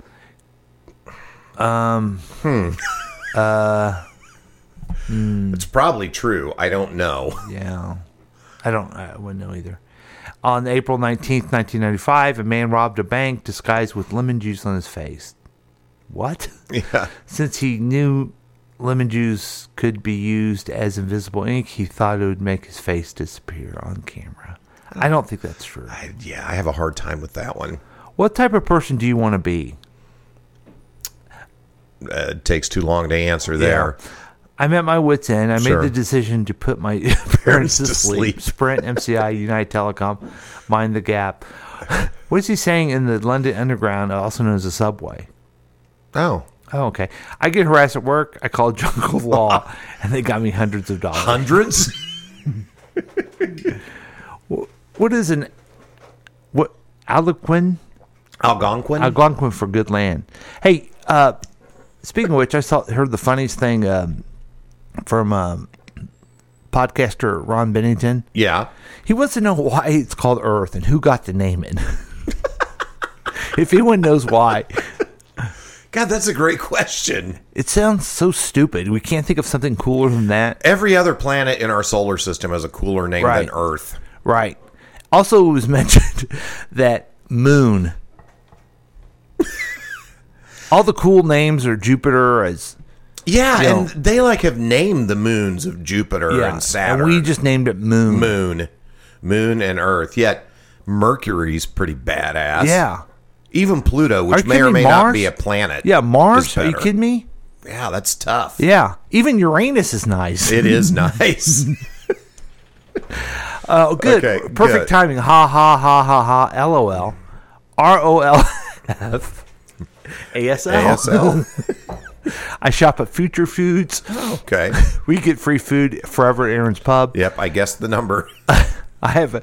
S3: Um. Uh,
S2: It's probably true. I don't know.
S3: yeah. I don't. I wouldn't know either. On April nineteenth, nineteen ninety-five, a man robbed a bank disguised with lemon juice on his face. What?
S2: Yeah.
S3: Since he knew lemon juice could be used as invisible ink, he thought it would make his face disappear on camera. I don't think that's true.
S2: I, yeah, I have a hard time with that one.
S3: What type of person do you want to be?
S2: Uh, it takes too long to answer there.
S3: I'm at my wits' end. I
S2: Sure.
S3: made the decision to put my parents to
S2: to
S3: sleep.
S2: sleep.
S3: Sprint, MCI, United Telecom, mind the gap. what is he saying in the London Underground, also known as the subway?
S2: Oh,
S3: Oh, okay. I get harassed at work. I called Jungle Law, and they got me hundreds of dollars.
S2: hundreds?
S3: what is an what Algonquin?
S2: Algonquin?
S3: Algonquin for good land. Hey, uh, speaking of which, I saw heard the funniest thing um, from um, podcaster Ron Bennington.
S2: yeah.
S3: He wants to know why it's called Earth and who got to name it. if anyone knows why,
S2: God, that's a great question.
S3: it sounds so stupid. We can't think of something cooler than that.
S2: Every other planet in our solar system has a cooler name
S3: Right.
S2: than Earth.
S3: Right. Also, it was mentioned that moon. All the cool names are Jupiter as
S2: Yeah,
S3: Yeah.
S2: and they like have named the moons of Jupiter
S3: yeah,
S2: and Saturn.
S3: we just named it moon.
S2: moon, moon and Earth. Yet Mercury's pretty badass.
S3: Yeah,
S2: Even Pluto,
S3: Are
S2: which
S3: you
S2: may or
S3: kidding me?
S2: may not
S3: Mars?
S2: be a planet.
S3: yeah.
S2: is
S3: Mars? Are you
S2: better.
S3: kidding me?
S2: Yeah, that's tough.
S3: Yeah, even Uranus is nice.
S2: It is nice.
S3: Oh, good.
S2: Okay,
S3: Perfect
S2: good.
S3: timing. Ha ha ha ha ha. LOL. R O L F. ASL.
S2: ASL.
S3: I shop at Future Foods.
S2: Okay.
S3: We get free food forever at Aaron's Pub.
S2: Yep, I guessed the number.
S3: I have a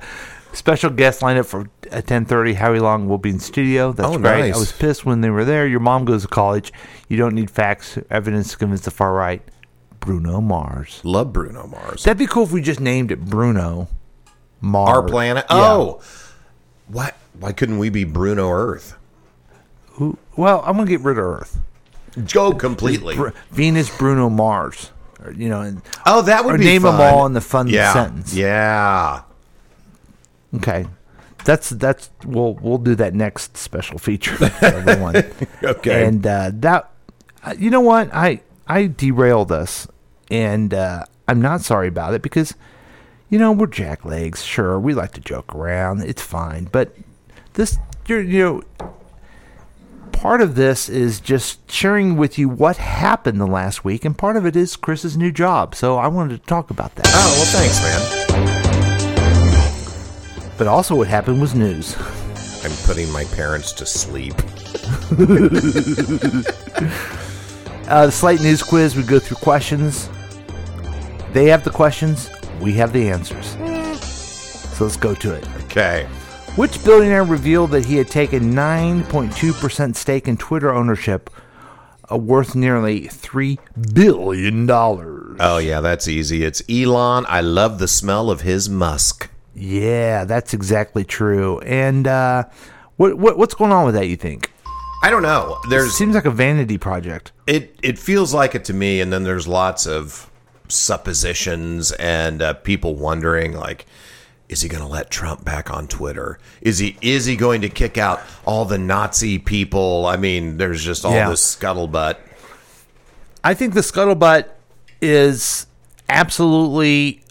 S3: special guest lined up for at 10.30. Howie Long will be in studio. That's
S2: Oh,
S3: great.
S2: nice.
S3: I was pissed when they were there. Your mom goes to college. You don't need facts, evidence to convince the far right. Bruno Mars.
S2: Love Bruno Mars.
S3: That'd be cool if we just named it Bruno Mars.
S2: Our planet.
S3: Yeah.
S2: Oh. What? Why couldn't we be Bruno Earth?
S3: Well, I'm going to get rid of Earth.
S2: Go completely.
S3: Br- Venus, Bruno, Mars. Or, you know, and,
S2: Oh, that would
S3: or
S2: be
S3: name
S2: fun.
S3: them all in the fun
S2: yeah.
S3: sentence.
S2: Yeah.
S3: Okay, that's that's we'll we'll do that next special feature. For everyone.
S2: Okay.
S3: and uh, that uh, you know what I I derailed us, and uh, I'm not sorry about it because you know we're jacklegs. Sure, we like to joke around. It's fine, but this you're, you know part of this is just sharing with you what happened the last week, and part of it is Chris's new job. So I wanted to talk about that.
S2: oh, well, thanks, man.
S3: But also, what happened was news.
S2: I'm putting my parents to sleep.
S3: Uh, the Slate News Quiz, we go through questions. They have the questions, we have the answers. So let's go to it.
S2: Okay.
S3: Which billionaire revealed that he had taken 9.2% stake in Twitter ownership, uh, worth nearly $3 billion?
S2: Oh, yeah, that's easy. It's Elon. I love the smell of his musk.
S3: Yeah, that's exactly true. And uh, what, what what's going on with that, you think?
S2: I don't know. There's
S3: Seems like a vanity project.
S2: it it feels like it to me and then there's lots of suppositions and uh, people wondering like is he going to let Trump back on Twitter? Is he is he going to kick out all the Nazi people? I mean, there's just all
S3: Yeah.
S2: this scuttlebutt.
S3: I think the scuttlebutt is absolutely.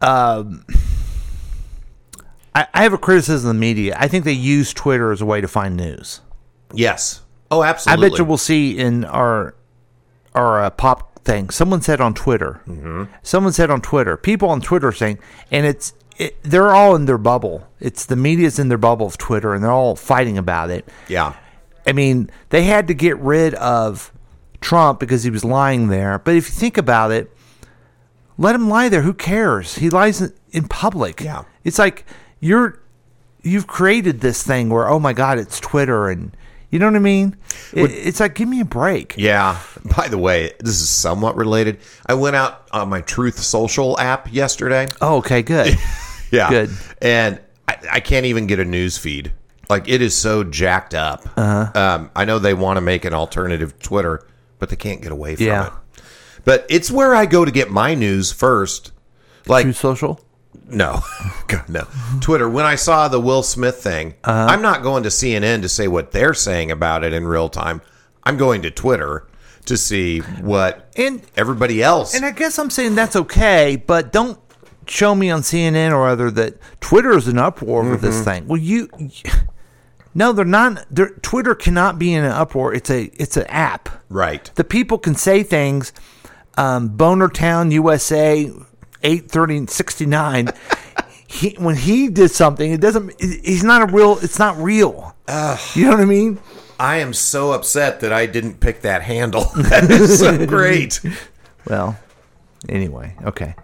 S3: Um, I, I have a criticism of the media. I think they use Twitter as a way to find news.
S2: Yes. Oh, absolutely.
S3: I bet you we'll see in our our uh, pop thing. Someone said on Twitter. Someone said on Twitter. People on Twitter are saying, and it's it, they're all in their bubble. It's the media's in their bubble of Twitter, and they're all fighting about it.
S2: Yeah.
S3: I mean, they had to get rid of Trump because he was lying there. But if you think about it, let him lie there. Who cares? He lies in- in public.
S2: Yeah.
S3: It's like you're you've created this thing where oh my god, it's Twitter and you know what I mean? It, it's like give me a break.
S2: Yeah. By the way, this is somewhat related. I went out on my Truth Social app yesterday.
S3: Oh, okay, good.
S2: Yeah.
S3: Good.
S2: And I, I can't even get a news feed. Like it is so jacked
S3: Uh-huh.
S2: up. Um, I know they want to make an alternative Twitter, but they can't get away from
S3: Yeah.
S2: it. But it's where I go to get my news first. Like
S3: True social.
S2: no, God, no. Twitter. When I saw the Will Smith thing,
S3: Uh-huh.
S2: I'm not going to CNN to say what they're saying about it in real time. I'm going to Twitter to see what
S3: And-
S2: everybody else.
S3: And I guess I'm saying that's okay, but don't show me on CNN or other that Twitter is an uproar over this thing. Well, you, no, they're not. They're, Twitter cannot be in an uproar. It's a it's an app.
S2: right.
S3: The people can say things. Um, Bonertown, USA, eight thirty sixty nine. he when he did something, it doesn't. it- He's not a real. It's not real. you know what I mean?
S2: I am so upset that I didn't pick that handle. That is so great.
S3: Well, anyway, okay.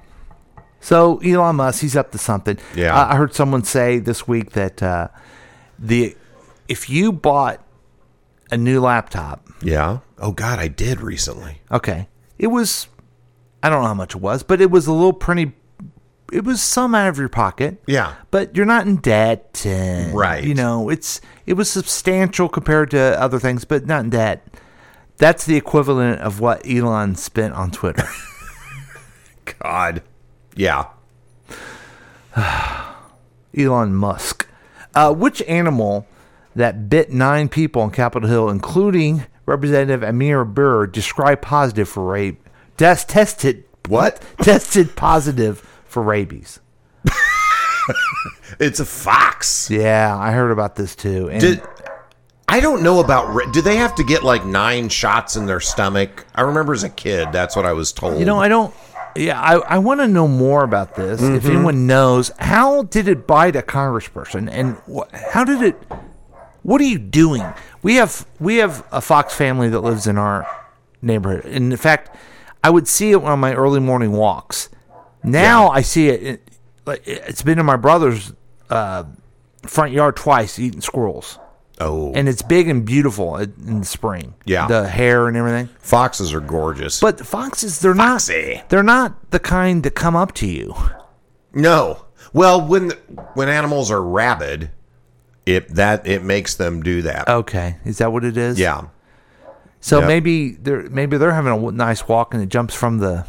S3: So Elon Musk, he's up to something.
S2: Yeah.
S3: I, I heard someone say this week that uh, the if you bought a new laptop,
S2: Yeah. Oh God, I did recently.
S3: okay, it was I don't know how much it was, but it was a little pretty. It was some out of your pocket.
S2: Yeah.
S3: But you're not in debt, and,
S2: Right.
S3: You know, it's it was substantial compared to other things, but not in debt. That's the equivalent of what Elon spent on Twitter.
S2: God. Yeah.
S3: Elon Musk. Uh, which animal that bit nine people on Capitol Hill, including Representative Amir Burr, described positive for rape? Test tested what? tested positive for rabies.
S2: It's a fox.
S3: Yeah, I heard about this too. And
S2: Did I don't know about. ra- Do they have to get like nine shots in their stomach? I remember as a kid, that's what I was told.
S3: you know, I don't. Yeah, I, I want to know more about this. If anyone knows, how did it bite a congressperson, and wh- how did it? What are you doing? We have we have a fox family that lives in our neighborhood, and in fact, I would see it on my early morning walks. Now I see it, it. like, it- It's been in my brother's uh, front yard twice, eating squirrels,
S2: oh,
S3: and it's big and beautiful in in the spring.
S2: Yeah.
S3: the hair and everything.
S2: foxes are gorgeous.
S3: But the foxes, they're
S2: Foxy.
S3: not. They're not the kind that come up to you.
S2: no, well, when when animals are rabid, it that it makes them do that.
S3: Okay, is that what it is?
S2: Yeah.
S3: So
S2: Yep.
S3: maybe they're maybe they're having a w- nice walk and it jumps from the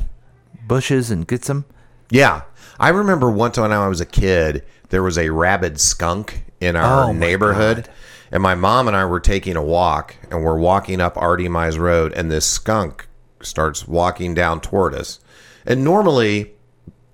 S3: bushes and gets them.
S2: Yeah. I remember one time when I was a kid, there was a rabid skunk in our
S3: Oh, my
S2: neighborhood. and my mom and I were taking a walk, and we're walking up Artie Mize Road, and this skunk starts walking down toward us. And normally,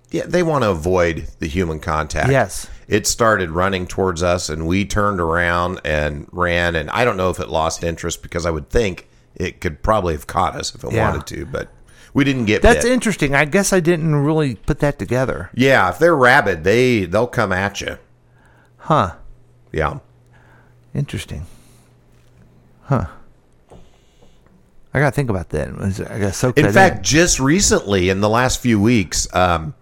S2: yeah, they want to avoid the human contact.
S3: Yes.
S2: It started running towards us, and we turned around and ran. And I don't know if it lost interest because I would think it could probably have caught us if it
S3: Yeah.
S2: wanted to, but we didn't get
S3: That's
S2: bit.
S3: interesting. I guess I didn't really put that together.
S2: Yeah, if they're rabid, they they'll come at you.
S3: Huh.
S2: Yeah.
S3: Interesting. Huh. I gotta think about that. I gotta soak
S2: In
S3: that
S2: fact, just recently in the last few weeks, um,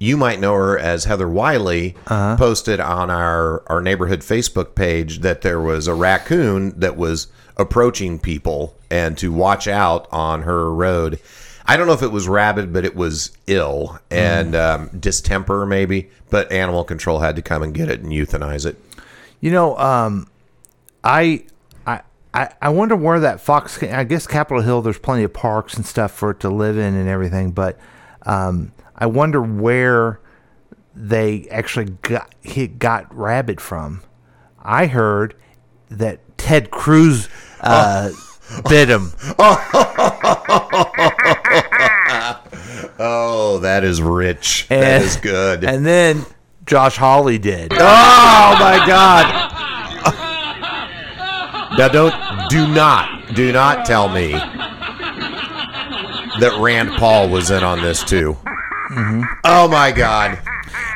S2: you might know her as Heather Wiley posted on our our neighborhood Facebook page that there was a raccoon that was approaching people and to watch out on her road. I don't know if it was rabid, but it was ill and um, distemper maybe. But animal control had to come and get it and euthanize it.
S3: You know, um, I, I, I I wonder where that fox. ca- I guess Capitol Hill. There's plenty of parks and stuff for it to live in and everything, but um, I wonder where they actually got he got rabbit from. I heard that Ted Cruz uh, bit him.
S2: Oh, that is rich. that is good.
S3: And then Josh Hawley did.
S2: Oh my god. Now don't do not do not tell me that Rand Paul was in on this too.
S3: Mm-hmm.
S2: Oh my god.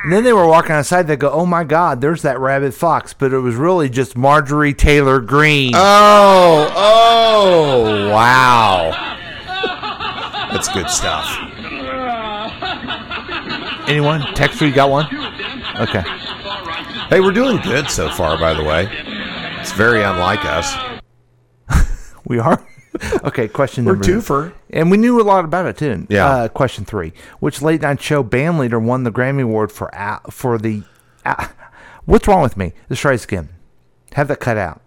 S3: And then they were walking outside. They go, "Oh my God, there's that rabbit fox!" But it was really just Marjorie Taylor Greene.
S2: Oh, oh, wow. That's good stuff.
S3: Anyone? Texter, you got one? Okay.
S2: Hey, we're doing good so far, by the way. It's very unlike us.
S3: We are. okay, question
S2: We're
S3: number
S2: twofer.
S3: And we knew a lot about it too.
S2: Yeah.
S3: Uh, question three: Which late night show band leader won the Grammy Award for ou- for the? ou- what's wrong with me? Let's try this again. Have that cut out.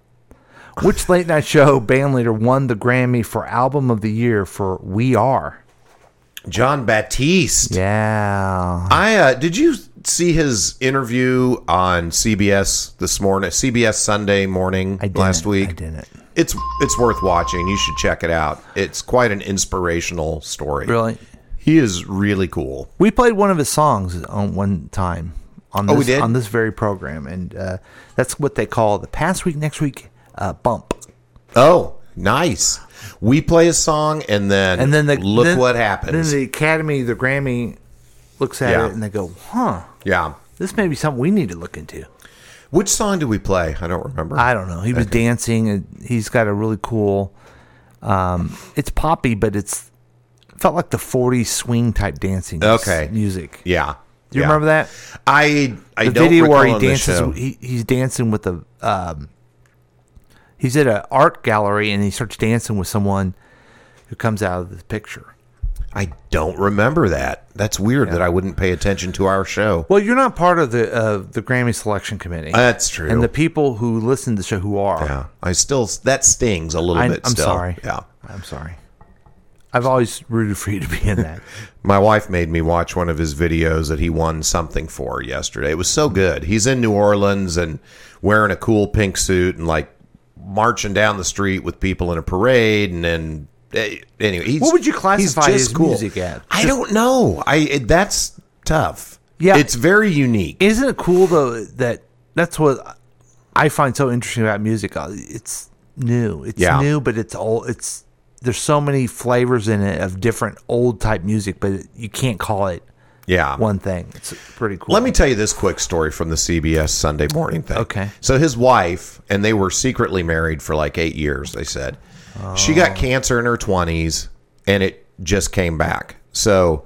S3: Which late night show band leader won the Grammy for album of the year for "We Are"?
S2: John Baptiste.
S3: Yeah.
S2: I uh, did you see his interview on CBS this morning, CBS Sunday morning
S3: I didn't,
S2: last week?
S3: I didn't.
S2: It's it's worth watching. You should check it out. It's quite an inspirational story.
S3: Really?
S2: he is really cool.
S3: We played one of his songs on one time on
S2: Oh,
S3: this,
S2: we did?
S3: on this very program, and uh, that's what they call the past week, next week uh, bump.
S2: Oh, nice. We play a song and then
S3: And then they
S2: look
S3: then-
S2: what happens.
S3: Then the Academy, the Grammy, looks at
S2: Yeah.
S3: it and they go, "Huh,
S2: yeah.
S3: this may be something we need to look into."
S2: Which song did we play? I don't remember.
S3: I don't know. He was dancing, and he's got a really cool. Um, it's poppy, but it's felt like the '40s swing type dancing. s-
S2: Okay.
S3: music.
S2: yeah.
S3: Do you
S2: Yeah.
S3: remember that?
S2: I I
S3: the
S2: don't
S3: video where he
S2: recall in the
S3: dances.
S2: show.
S3: He, he's dancing with a. Um, he's at an art gallery and he starts dancing with someone who comes out of the picture.
S2: I don't remember that. That's weird that I wouldn't pay attention to our show.
S3: Well, you're not part of the uh, the Grammy selection committee.
S2: That's true.
S3: And the people who listen to the show who are.
S2: Yeah, I still that stings a little
S3: I,
S2: bit.
S3: I'm
S2: still.
S3: sorry.
S2: Yeah,
S3: I'm sorry. I've always rooted for you to be in that.
S2: my wife made me watch one of his videos that he won something for yesterday. It was so good. He's in New Orleans and wearing a cool pink suit and like marching down the street with people in a parade and then. eh, Anyway, he's,
S3: What would you
S2: he's
S3: classify
S2: just
S3: his
S2: cool.
S3: music at?
S2: I don't know. I it- that's tough.
S3: Yeah.
S2: it's very unique.
S3: Isn't it cool though that that's what I find so interesting about music? Uh, It's new. It's
S2: Yeah.
S3: new, but it's all it's there's so many flavors in it of different old type music, but you can't call it
S2: yeah,
S3: one thing. It's pretty cool.
S2: Let me tell you this quick story from the CBS Sunday morning thing.
S3: Okay.
S2: So his wife and they were secretly married for like eight years. They said she got cancer in her twenties, and it just came back. So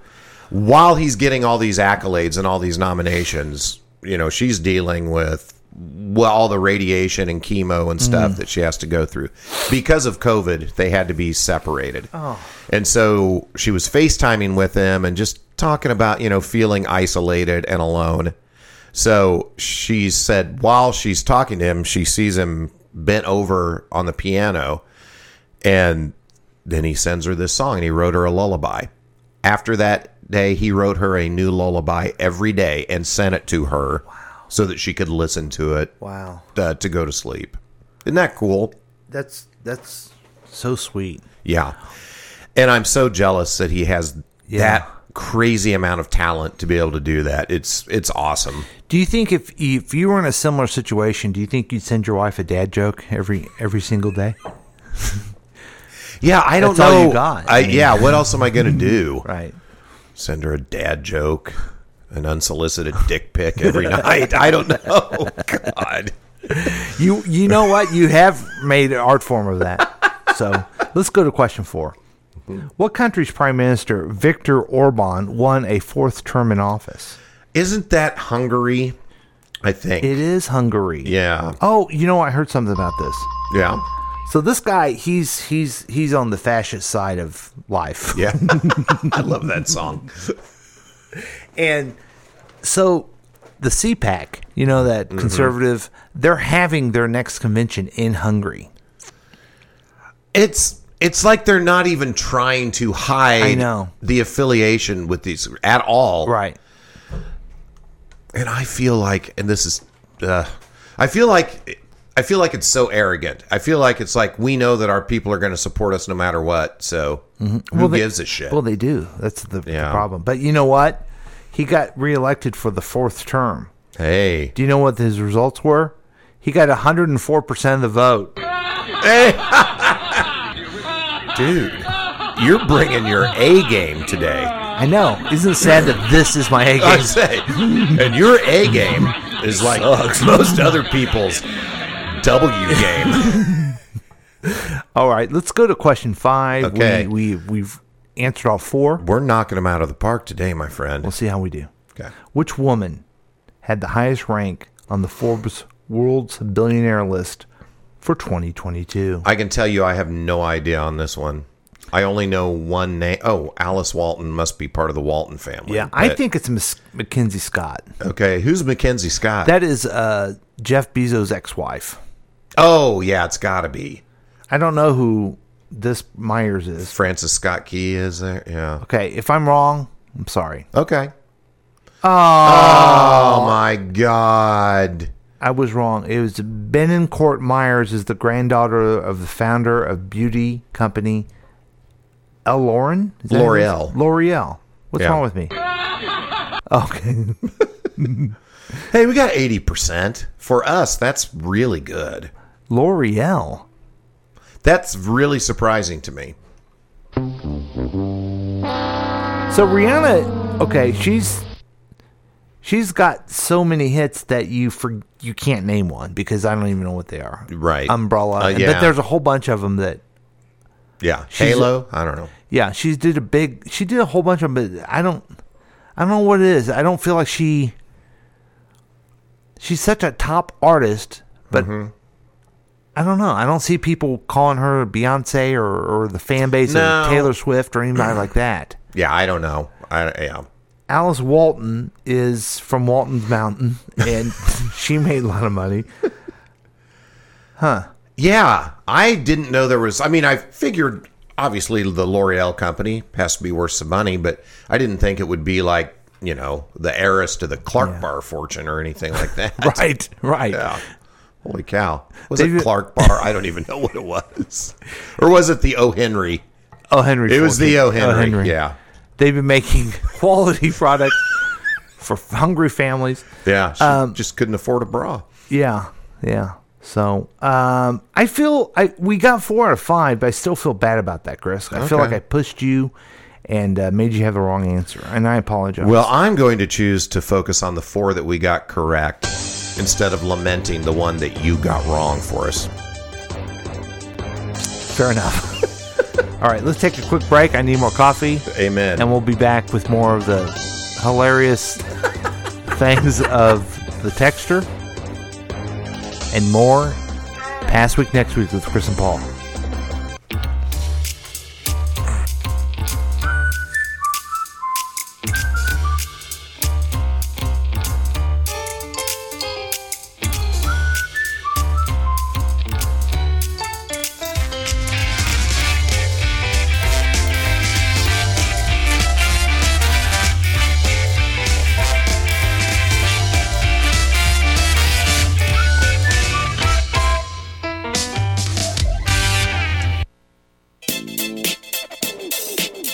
S2: while he's getting all these accolades and all these nominations, you know, she's dealing with well, all the radiation and chemo and stuff that she has to go through because of COVID. They had to be separated, and so she was FaceTiming with him and just talking about you know feeling isolated and alone. So she said while she's talking to him, she sees him bent over on the piano, and then he sends her this song and he wrote her a lullaby. After that day, he wrote her a new lullaby every day and sent it to her so that she could listen to it
S3: wow.
S2: uh, to go to sleep. Isn't that cool?
S3: That's that's so sweet.
S2: Yeah. And I'm so jealous that he has
S3: Yeah.
S2: that crazy amount of talent to be able to do that. It's it's awesome.
S3: Do you think if if you were in a similar situation, do you think you'd send your wife a dad joke every every single day?
S2: Yeah, I don't
S3: That's all
S2: know.
S3: you got.
S2: I,
S3: I mean-
S2: yeah, what else am I going to do?
S3: Right.
S2: Send her a dad joke, an unsolicited dick pic every night. I don't know. God.
S3: You you know what? You have made an art form of that. So let's go to question four. What country's prime minister Viktor Orban won a fourth term in office?
S2: Isn't that Hungary? I think.
S3: It is Hungary.
S2: Yeah.
S3: Oh, you know I heard something about this.
S2: Yeah.
S3: So this guy, he's he's he's on the fascist side of life.
S2: Yeah. I love that song.
S3: And so the CPAC, you know that
S2: Mm-hmm.
S3: conservative, they're having their next convention in Hungary.
S2: It's it's like they're not even trying to hide
S3: I know.
S2: the affiliation with these at all.
S3: Right.
S2: and I feel like, and this is, uh, I feel like, I feel like it's so arrogant. I feel like it's like we know that our people are going to support us no matter what. So who
S3: they-
S2: gives a shit?
S3: Mm-hmm. Well, they do. That's the, the
S2: Yeah.
S3: problem. But you know what? He got reelected for the fourth term.
S2: hey,
S3: Do you know what his results were? He got 104% of the vote.
S2: dude, you're bringing your A game today.
S3: I know. Isn't it sad that this is my A
S2: I
S3: game?
S2: say, and your A game is like most other people's W game.
S3: All right, let's go to question five.
S2: Okay.
S3: We, we, we've answered all four.
S2: We're knocking them out of the park today, my friend.
S3: We'll see how we do.
S2: Okay.
S3: Which woman had the highest rank on the Forbes World's Billionaire list for 2022?
S2: I can tell you, I have no idea on this one. I only know one name. Oh, Alice Walton must be part of the Walton family.
S3: yeah, I
S2: but-
S3: think it's Miss Mackenzie Scott.
S2: Okay, who's Mackenzie Scott?
S3: That is uh, Jeff Bezos' ex-wife.
S2: oh, yeah, it's got to be.
S3: I don't know who this Myers is.
S2: Francis Scott Key is there? Yeah.
S3: Okay, if I'm wrong, I'm sorry.
S2: Okay.
S3: Oh,
S2: Oh my God.
S3: I was wrong. It was Benincourt Myers is the granddaughter of the founder of beauty company L. Lauren? Is that what it is?
S2: L'Oreal.
S3: L'Oreal. What's
S2: Yeah.
S3: wrong with me? Okay.
S2: Hey, we got 80%. For us, that's really good.
S3: L'Oreal.
S2: That's really surprising to me.
S3: So Rihanna, okay, she's she's got so many hits that you for you can't name one because I don't even know what they are.
S2: Right.
S3: Umbrella.
S2: Uh,
S3: and-
S2: yeah.
S3: But there's a whole bunch of them that
S2: Yeah.
S3: She's-
S2: Halo? I I don't know.
S3: yeah, she did a big she did a whole bunch of them but I don't I don't know what it is. I don't feel like she she's such a top artist, but
S2: Mm-hmm.
S3: I don't know. I don't see people calling her Beyonce or, or the fan base
S2: No.
S3: of Taylor Swift or anybody like that.
S2: Yeah, I don't know. I, yeah.
S3: Alice Walton is from Walton's Mountain, and she made a lot of money.
S2: Yeah, I didn't know there was. I mean, I figured obviously the L'Oreal company has to be worth some money, but I didn't think it would be like you know the heiress to the Clark Bar fortune or anything like that.
S3: right, right.
S2: Yeah. Holy cow! Was
S3: They
S2: it
S3: did-
S2: Clark Bar? I don't even know what it was, or was it the O Henry?
S3: Oh, Henry.
S2: It was the O
S3: Henry.
S2: Henry. Yeah,
S3: They've been making quality products for hungry families.
S2: yeah. She just couldn't afford a bra.
S3: Yeah, yeah. So um, I feel I we got four out of five, but I still feel bad about that, Chris. I feel
S2: Okay.
S3: like I pushed you and uh, made you have the wrong answer, and I apologize.
S2: Well, I'm going to choose to focus on the four that we got correct instead of lamenting the one that you got wrong for us.
S3: fair enough. All right, let's take a quick break. I need more coffee.
S2: Amen.
S3: and we'll be back with more of the hilarious things of the texture and more past week next week with chris and paul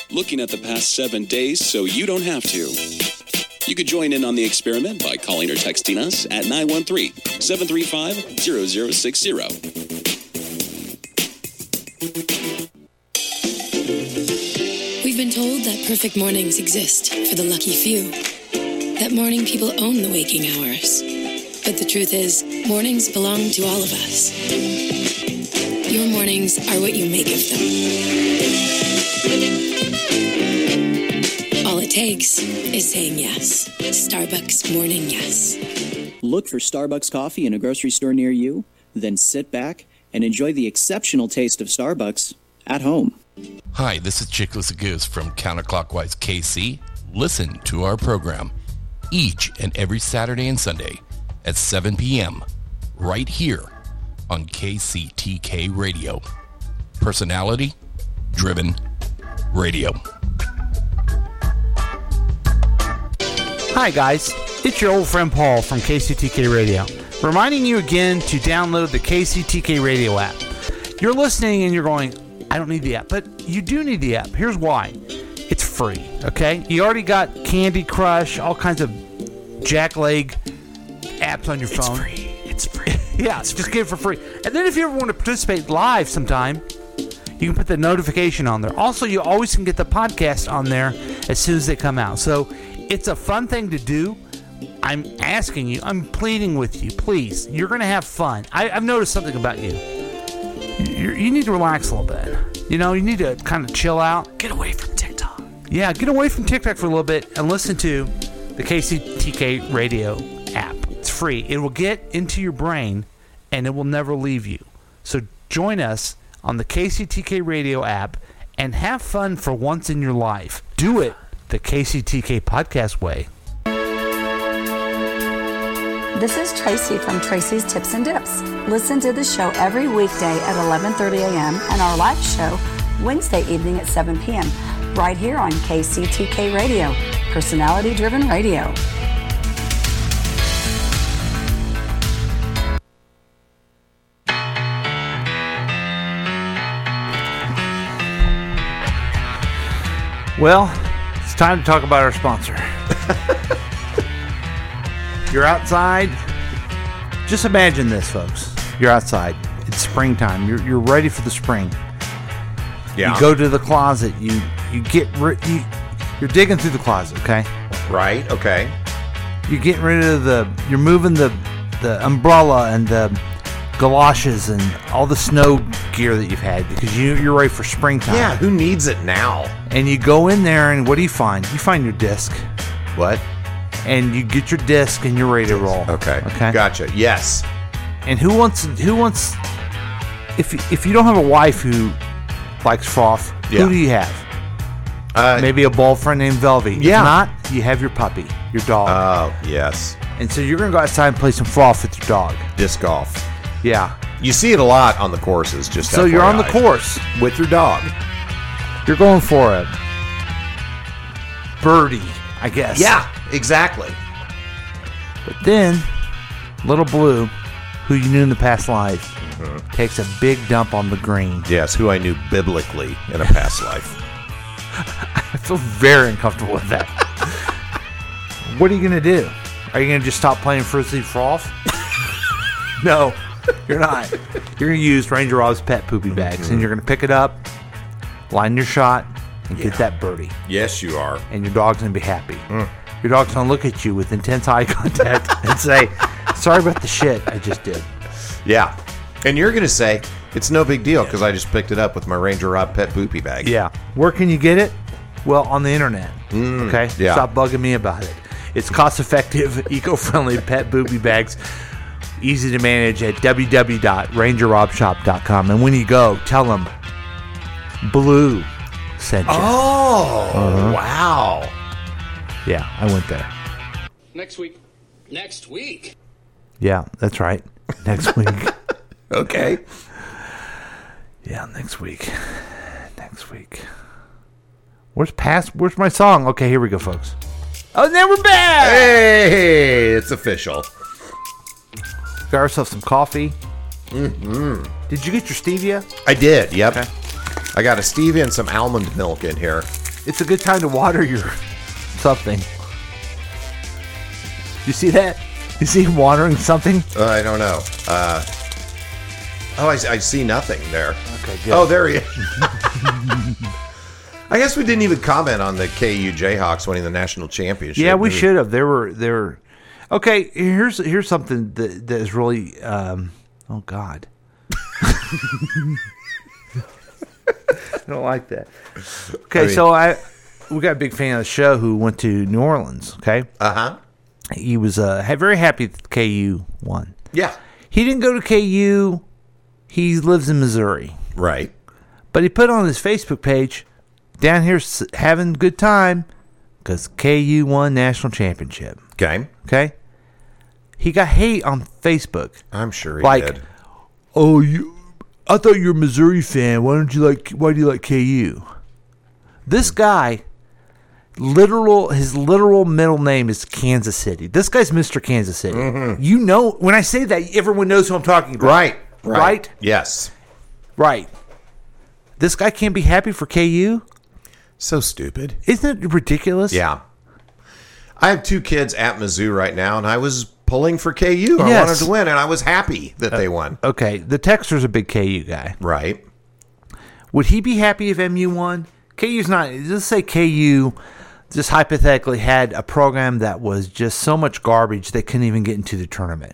S9: looking at the past seven days so you don't have to. You could join in on the experiment by calling or texting us at 913 735 0060.
S11: We've been told that perfect mornings exist for the lucky few, that morning people own the waking hours. But the truth is, mornings belong to all of us. Your mornings are what you make of them. All it takes is saying yes. Starbucks Morning Yes.
S12: Look for Starbucks coffee in a grocery store near you, then sit back and enjoy the exceptional taste of Starbucks at home.
S4: Hi, this is Chickless Goose from Counterclockwise KC. Listen to our program each and every Saturday and Sunday at 7 p.m. right here on KCTK Radio. Personality driven radio.
S8: Hi, guys. It's your old friend Paul from KCTK Radio, reminding you again to download the KCTK Radio app. You're listening and you're going, I don't need the app, but you do need the app. Here's why it's free, okay? You already got Candy Crush, all kinds of jackleg apps on your phone. It's free. It's free. yeah, just get it for free. And then if you ever want to participate live sometime, you can put the notification on there. Also, you always can get the podcast on there as soon as they come out. So it's a fun thing to do. I'm asking you, I'm pleading with you, please. You're going to have fun. I, I've noticed something about you. you you need to relax a little bit. You know, you need to kind of chill out. Get away from TikTok. Yeah, get away from TikTok for a little bit and listen to the KCTK radio app. It's free. It will get into your brain and it will never leave you. So join us on the KCTK radio app and have fun for once in your life. Do it the KCTK podcast way.
S11: This is Tracy from Tracy's Tips and Dips. Listen to the show every weekday at 11:30 a.m. and our live show Wednesday evening at 7 p.m. right here on KCTK Radio, personality-driven radio.
S3: Well, it's time to talk about our sponsor. You're outside. Just imagine this, folks. You're outside. It's springtime. You're, you're ready for the spring.
S2: Yeah.
S3: You go to the closet. You you get ri- you, you're digging through the closet. Okay.
S2: Right. Okay.
S3: You're getting rid of the. You're moving the the umbrella and the galoshes and all the snow gear that you've had because you you're ready for springtime.
S2: Yeah, who needs it now?
S3: And you go in there and what do you find? You find your disc.
S2: What?
S3: And you get your disc and you're ready to roll.
S2: Okay.
S3: Okay.
S2: Gotcha. Yes.
S3: And who wants who wants if if you don't have a wife who likes froth,
S2: Yeah.
S3: who do you have?
S2: Uh,
S3: Maybe a ball friend named Velvy.
S2: Yeah.
S3: If not, you have your puppy, your dog.
S2: Oh, yes.
S3: And so you're gonna go outside and play some froth with your dog.
S2: Disc golf.
S3: Yeah.
S2: You see it a lot on the courses. Just
S3: So you're on the
S2: FYI.
S3: course
S2: with your dog.
S3: You're going for a birdie, I guess.
S2: Yeah, exactly.
S3: But then, little blue, who you knew in the past life, takes a big dump on the green.
S2: Yes, who I knew biblically in a past life.
S3: I feel very uncomfortable with that. what are you gonna do? Are you gonna just stop playing frisbee froth? no, you're not. You're gonna use Ranger Rob's pet poopy bags, and you're gonna pick it up, line your shot, and get that birdie.
S2: Yes, you are.
S3: And your dog's gonna be happy. Your dog's gonna look at you with intense eye contact and say, "Sorry about the shit I just did."
S2: Yeah. And you're going to say, it's no big deal because I just picked it up with my Ranger Rob pet poopy bag.
S3: Yeah. Where can you get it? Well, on the internet. okay.
S2: Hmm, yeah.
S3: Stop bugging me about it. It's cost effective, eco friendly pet booby bags. Easy to manage at www.rangerrobshop.com. And when you go, tell them Blue sent you.
S2: Oh,
S3: Uh-huh.
S2: wow.
S3: Yeah, I went there.
S13: Next week. Next week.
S3: Yeah, that's right. Next week.
S2: Okay.
S3: Yeah, next week. Next week. Where's past? Where's my song? Okay, here we go, folks. Oh, and then we're back.
S2: Hey, it's official.
S3: Got ourselves some coffee. Mm-hmm. Did you get your stevia?
S2: I did. Yep. I got a stevia and some almond milk in here.
S3: It's a good time to water your something. You see that? You see him watering something?
S2: Uh, I don't know. Uh, oh, I, I see nothing there. Okay,
S3: good.
S2: Oh, there he is. I guess we didn't even comment on the KU Jayhawks winning the national championship.
S3: yeah, we
S2: Did
S3: should have. There were there. Were, okay, here's here's something that that is really. Um, oh God. I don't like that. Okay,
S2: I mean-
S3: so I we got a big fan of the show who went to New Orleans. Okay.
S2: Uh huh.
S3: He was uh ha- very happy that KU won.
S2: Yeah.
S3: He didn't go to KU. He lives in Missouri.
S2: Right.
S3: But he put on his Facebook page, down here s- having a good time because KU won national championship.
S2: Okay.
S3: Okay. He got hate on Facebook.
S2: I'm sure he
S3: like,
S2: did.
S3: oh, you. I thought you were a Missouri fan. Why don't you like? Why do you like KU? This guy, literal, his literal middle name is Kansas City. This guy's Mister Kansas City. You know, when I say that, everyone knows who I'm talking about.
S2: Right.
S3: Mm-hmm. Right.
S2: Right.
S3: Right.
S2: Yes.
S3: This guy can't be happy for KU.
S2: So stupid.
S3: Isn't it ridiculous?
S2: Yeah. I have two kids at Mizzou right now, and I was pulling for KU. I
S3: Yes.
S2: wanted to win, and I was happy that they won.
S3: Okay. The texter's a big KU guy.
S2: Right.
S3: Would he be happy if MU won? KU's not. Let's say KU just hypothetically had a program that was just so much garbage they couldn't even get into the tournament.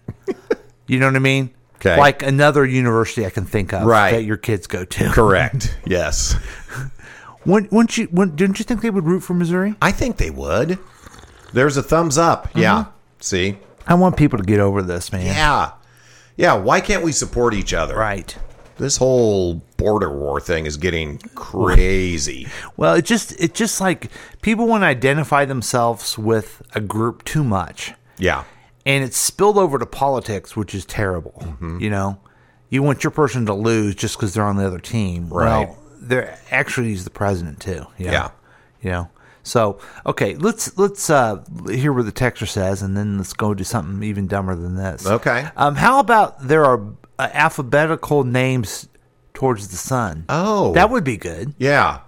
S3: you know what I mean?
S2: 'Kay.
S3: Like another university I can think of
S2: Right.
S3: that your kids go to.
S2: Correct. yes.
S3: Wouldn't, wouldn't you? Wouldn't, didn't you think they would root for Missouri?
S2: I think they would. There's a thumbs up.
S3: Mm-hmm.
S2: Yeah. See?
S3: I want people to get over this, man.
S2: Yeah. Yeah. Why can't we support each other?
S3: Right.
S2: This whole border war thing is getting crazy.
S3: Well, it just it just like people want to identify themselves with a group too much.
S2: Yeah.
S3: and it's spilled over to politics, which is terrible.
S2: Mm-hmm.
S3: You know, you want your person to lose just because they're on the other team,
S2: Right.
S3: Well, they're actually he's the president too. you know?
S2: Yeah.
S3: you know. So okay, let's let's uh, hear what the texter says, and then let's go do something even dumber than this.
S2: Okay.
S3: Um, how about there are uh, alphabetical names towards the sun?
S2: Oh,
S3: that would be good.
S2: Yeah.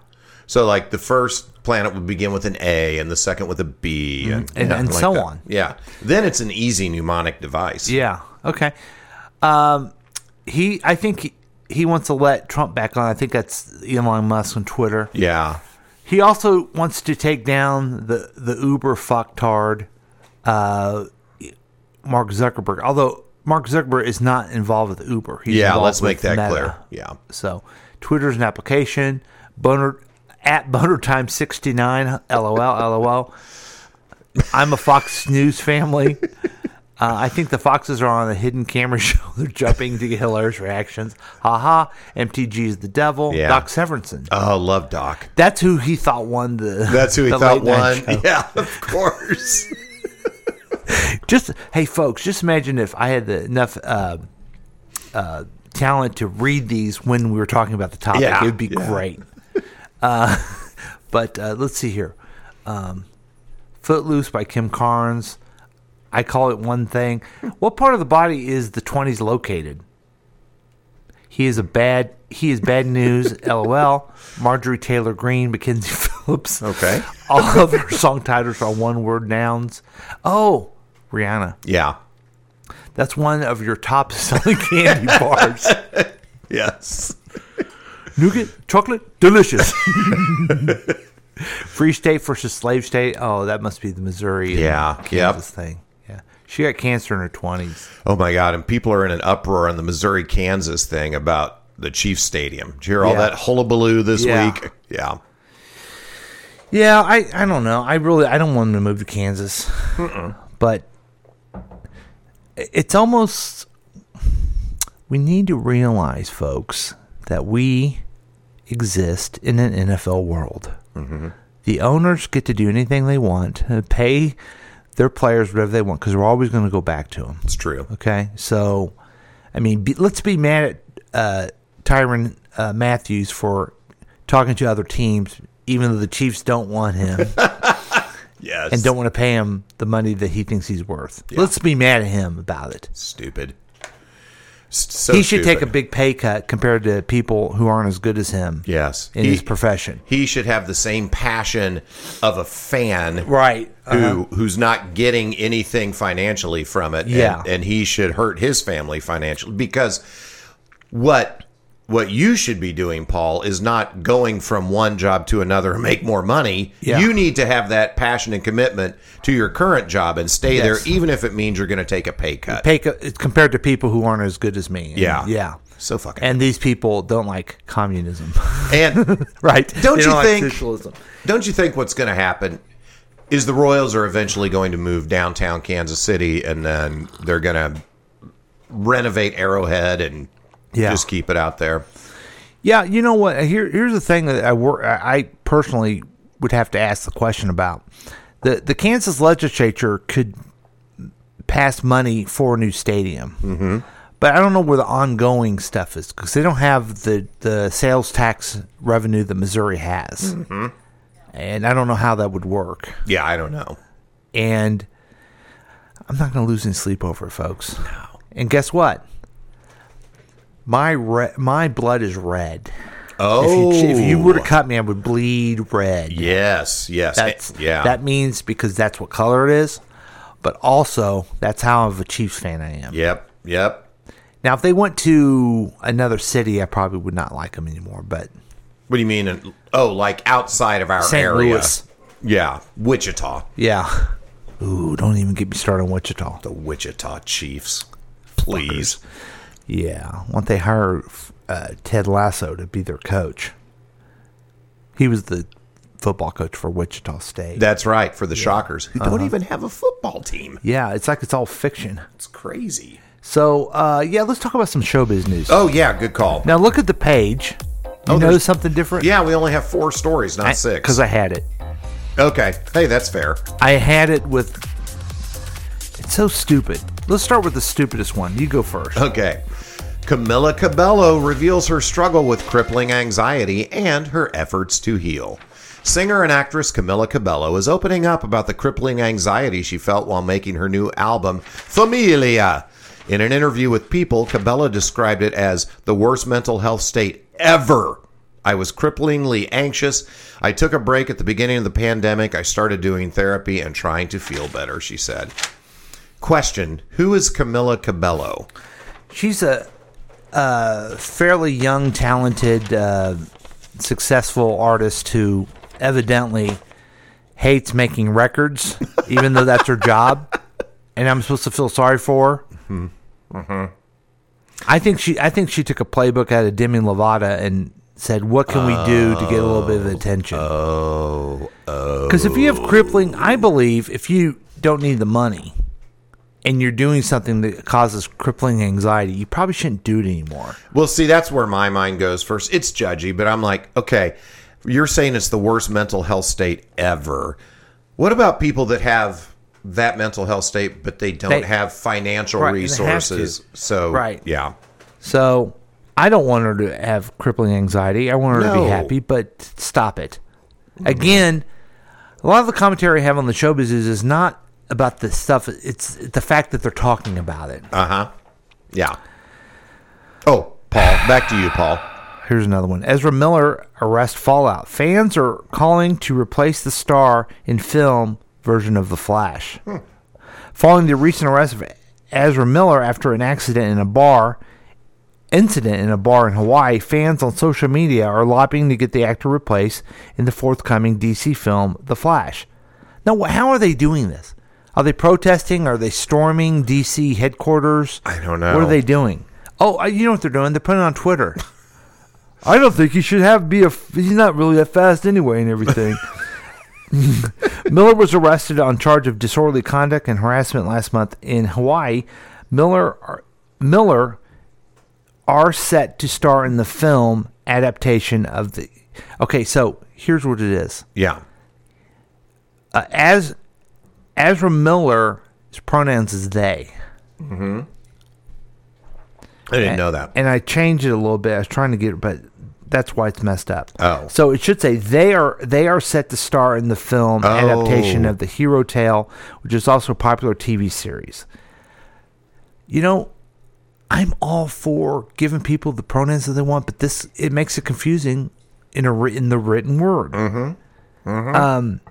S2: So like the first planet would begin with an A and the second with a B and,
S3: Mhm. And-
S2: something
S3: and
S2: like
S3: so
S2: that.
S3: on.
S2: Yeah. Then it's an easy mnemonic device.
S3: Yeah. Okay. Um, he, I think he, he wants to let Trump back on. I think that's Elon Musk on Twitter.
S2: Yeah.
S3: He also wants to take down the the Uber fucktard, uh, Mark Zuckerberg. Although Mark Zuckerberg is not involved with Uber. He's
S2: yeah,
S3: involved
S2: let's make
S3: with
S2: that
S3: Meta.
S2: clear. Yeah.
S3: So Twitter's an application. Boner at Boner Time sixty nine. LOL. LOL. I'm a Fox News family. Uh, I think the Foxes are on a hidden camera show. They're jumping to get hilarious reactions. Haha. MTG is the devil.
S2: Yeah.
S3: Doc Severinsen.
S2: Oh, love Doc.
S3: That's who he thought won the.
S2: That's who he
S3: the
S2: thought
S3: late night
S2: won.
S3: show.
S2: Yeah, of course.
S3: Just hey, folks. Just imagine if I had the, enough uh, uh, talent to read these when we were talking about the topic.
S2: Yeah,
S3: it would be
S2: yeah.
S3: great. Uh, but uh, let's see here. Um, Footloose by Kim Carnes. I call it one thing. What part of the body is the twenties located? He is a bad. He is bad news. LOL. Marjorie Taylor Greene, Mackenzie Phillips.
S2: Okay.
S3: All of her song titles are one word nouns. Oh, Rihanna.
S2: Yeah.
S3: That's one of your top selling candy bars.
S2: Yes.
S3: Nougat, chocolate, delicious. Free state versus slave state. Oh, that must be the Missouri. and
S2: Yeah, yep.
S3: Kansas thing. Yeah. She got cancer in her 20s.
S2: Oh my God! And people are in an uproar on the Missouri Kansas thing about the Chiefs Stadium. Did you hear all
S3: Yeah.
S2: that hullabaloo this
S3: Yeah.
S2: week? Yeah.
S3: Yeah, I, I don't know. I really I don't want them to move to Kansas, but it's almost we need to realize, folks, that we exist in an NFL world. The owners get to do anything they want, uh, pay their players whatever they want, because we're always going to go back to them.
S2: It's true.
S3: Okay, so I mean, be, let's be mad at uh, Tyron uh, Matthews for talking to other teams, even though the Chiefs don't want him.
S2: Yes.
S3: and don't want to pay him the money that he thinks he's worth. Let's be mad at him about it.
S2: Stupid. S- so
S3: he should take a
S2: stupid.
S3: big pay cut compared to people who aren't as good as him.
S2: Yes.
S3: in
S2: He-
S3: his profession.
S2: He should have the same passion of a fan,
S3: Right.
S2: Who
S3: Uh-huh.
S2: who's not getting anything financially from it. and-
S3: Yeah.
S2: and, he should hurt his family financially because what what you should be doing, Paul, is not going from one job to another and make more money.
S3: Yeah.
S2: You need to have that passion and commitment to your current job and stay
S3: Yes.
S2: there, even if it means you're going to take a pay cut.
S3: Pay cut compared to people who aren't as good as me. And-
S2: Yeah.
S3: yeah.
S2: So fucking.
S3: And these people don't like communism.
S2: And
S3: right?
S2: Don't
S3: They
S2: you
S3: like
S2: think?
S3: socialism?
S2: Don't you think what's going to happen is the Royals are eventually going to move downtown Kansas City, and then they're going to renovate Arrowhead and
S3: Yeah.
S2: just keep it out there.
S3: Yeah, you know what? Here, here's the thing that I wor- I I personally would have to ask the question about. the The Kansas legislature could pass money for a new stadium, mm-hmm. but I don't know where the ongoing stuff is because they don't have the the sales tax revenue that Missouri has,
S2: Mhm.
S3: and I don't know how that would work.
S2: Yeah, I don't know.
S3: And I'm not going to lose any sleep over it, folks. No. And guess what? My re- my blood is red. If you, if you were to cut me, I would bleed red.
S2: Oh, Yes, yes,
S3: That's,
S2: yeah.
S3: That means because that's what color it is, but also that's how of a Chiefs fan I am.
S2: Yep, yep.
S3: Now, if they went to another city, I probably would not like them anymore. But
S2: What do you mean? Oh, like outside of our
S3: St.
S2: area?
S3: Louis.
S2: Yeah, Wichita,
S3: yeah, ooh, don't even get me started on Wichita.
S2: the Wichita Chiefs. Please.
S3: Yeah. Won't they hire uh, Ted Lasso to be their coach? He was the football coach for Wichita State.
S2: That's right for the Shockers who don't
S3: Uh-huh.
S2: even have a football team.
S3: yeah, it's like it's all fiction.
S2: It's crazy.
S3: So, uh, yeah, let's talk about some showbiz news.
S2: Oh yeah, good call.
S3: Now look at the page. You
S2: Oh,
S3: know
S2: there's-
S3: something different?
S2: Yeah, we only have four stories, not six.
S3: Because I had it.
S2: Okay. Hey, that's fair.
S3: I had it with It's so stupid. Let's start with the stupidest one. You go first.
S2: Okay. Camilla Cabello reveals her struggle with crippling anxiety and her efforts to heal. Singer and actress Camilla Cabello is opening up about the crippling anxiety she felt while making her new album, Familia. In an interview with People, Cabello described it as the worst mental health state ever. I was cripplingly anxious. I took a break at the beginning of the pandemic. I started doing therapy and trying to feel better, she said. Question Who is Camilla Cabello?
S3: She's a uh, fairly young, talented, uh, successful artist who evidently hates making records, even though that's her job. And I'm supposed to feel sorry for her.
S2: Hmm. Mhm.
S3: I think she. I think she took a playbook out of Demi Lovato and said, "What can we do to get a little bit of attention?"
S2: Oh, oh.
S3: Because if you have crippling, I believe if you don't need the money and you're doing something that causes crippling anxiety, you probably shouldn't do it anymore.
S2: Well, see, that's where my mind goes first. It's judgy, but I'm like, okay, you're saying it's the worst mental health state ever. What about people that have that mental health state, but they don't
S3: They-
S2: have financial
S3: Right, and they have
S2: resources?
S3: to.
S2: So,
S3: Right.
S2: yeah.
S3: So I don't want her to have crippling anxiety. I want her to
S2: No.
S3: be happy, but stop it. Again, a lot of the commentary I have on the show business is not about the stuff. It's the fact that they're talking about it.
S2: Uh huh. Yeah. Oh, Paul, back to you, Paul.
S3: Here's another one. Ezra Miller arrest Fallout. Fans are calling to replace the star in film version of The Flash. Following the recent arrest of Ezra Miller after an accident in a bar, incident in a bar in Hawaii, fans on social media are lobbying to get the actor replaced in the forthcoming DC film The Flash. Now, wh- how are they doing this? Are they protesting? Are they storming DC headquarters? I
S2: don't know.
S3: What are they doing? Oh, I- you know what they're doing? They're putting it on Twitter. I don't think he should have be a. He's not really that fast anyway, and everything. Miller was arrested on charge of disorderly conduct and harassment last month in Hawaii. Miller Miller are set to star in the film adaptation of the. Okay, so here's what it is.
S2: Yeah.
S3: Uh, as Ezra Miller's pronouns is they. Mm-hmm.
S2: I didn't know that.
S3: And I changed it a little bit. I was trying to get, but that's why it's messed up.
S2: Oh.
S3: So it should say they are they are set to star in the film adaptation
S2: Oh.
S3: of the Hero Tale, which is also a popular TV series. You know, I'm all for giving people the pronouns that they want, but this it makes it confusing in a writ- in the written word. Mm-hmm. Um,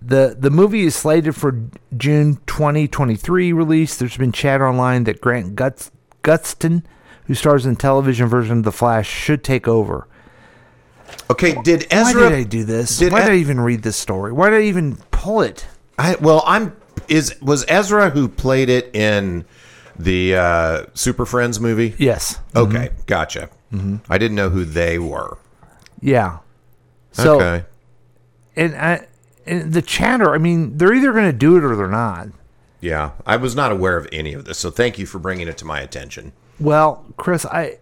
S3: the the movie is slated for June 2023 release. There's been chatter online that Grant Guts, Gutston, who stars in the television version of The Flash, should take over.
S2: Okay, did Ezra?
S3: Why did I do this? Why did I even read this story? Why did I even pull it?
S2: I well, I'm is was Ezra who played it in the uh, Super Friends movie?
S3: Yes.
S2: Okay, gotcha. I didn't know who they were.
S3: Yeah. So
S2: okay.
S3: and I and the chatter. I mean, they're either going to do it or they're not.
S2: Yeah, I was not aware of any of this, so thank you for bringing it to my attention.
S3: Well, Chris, I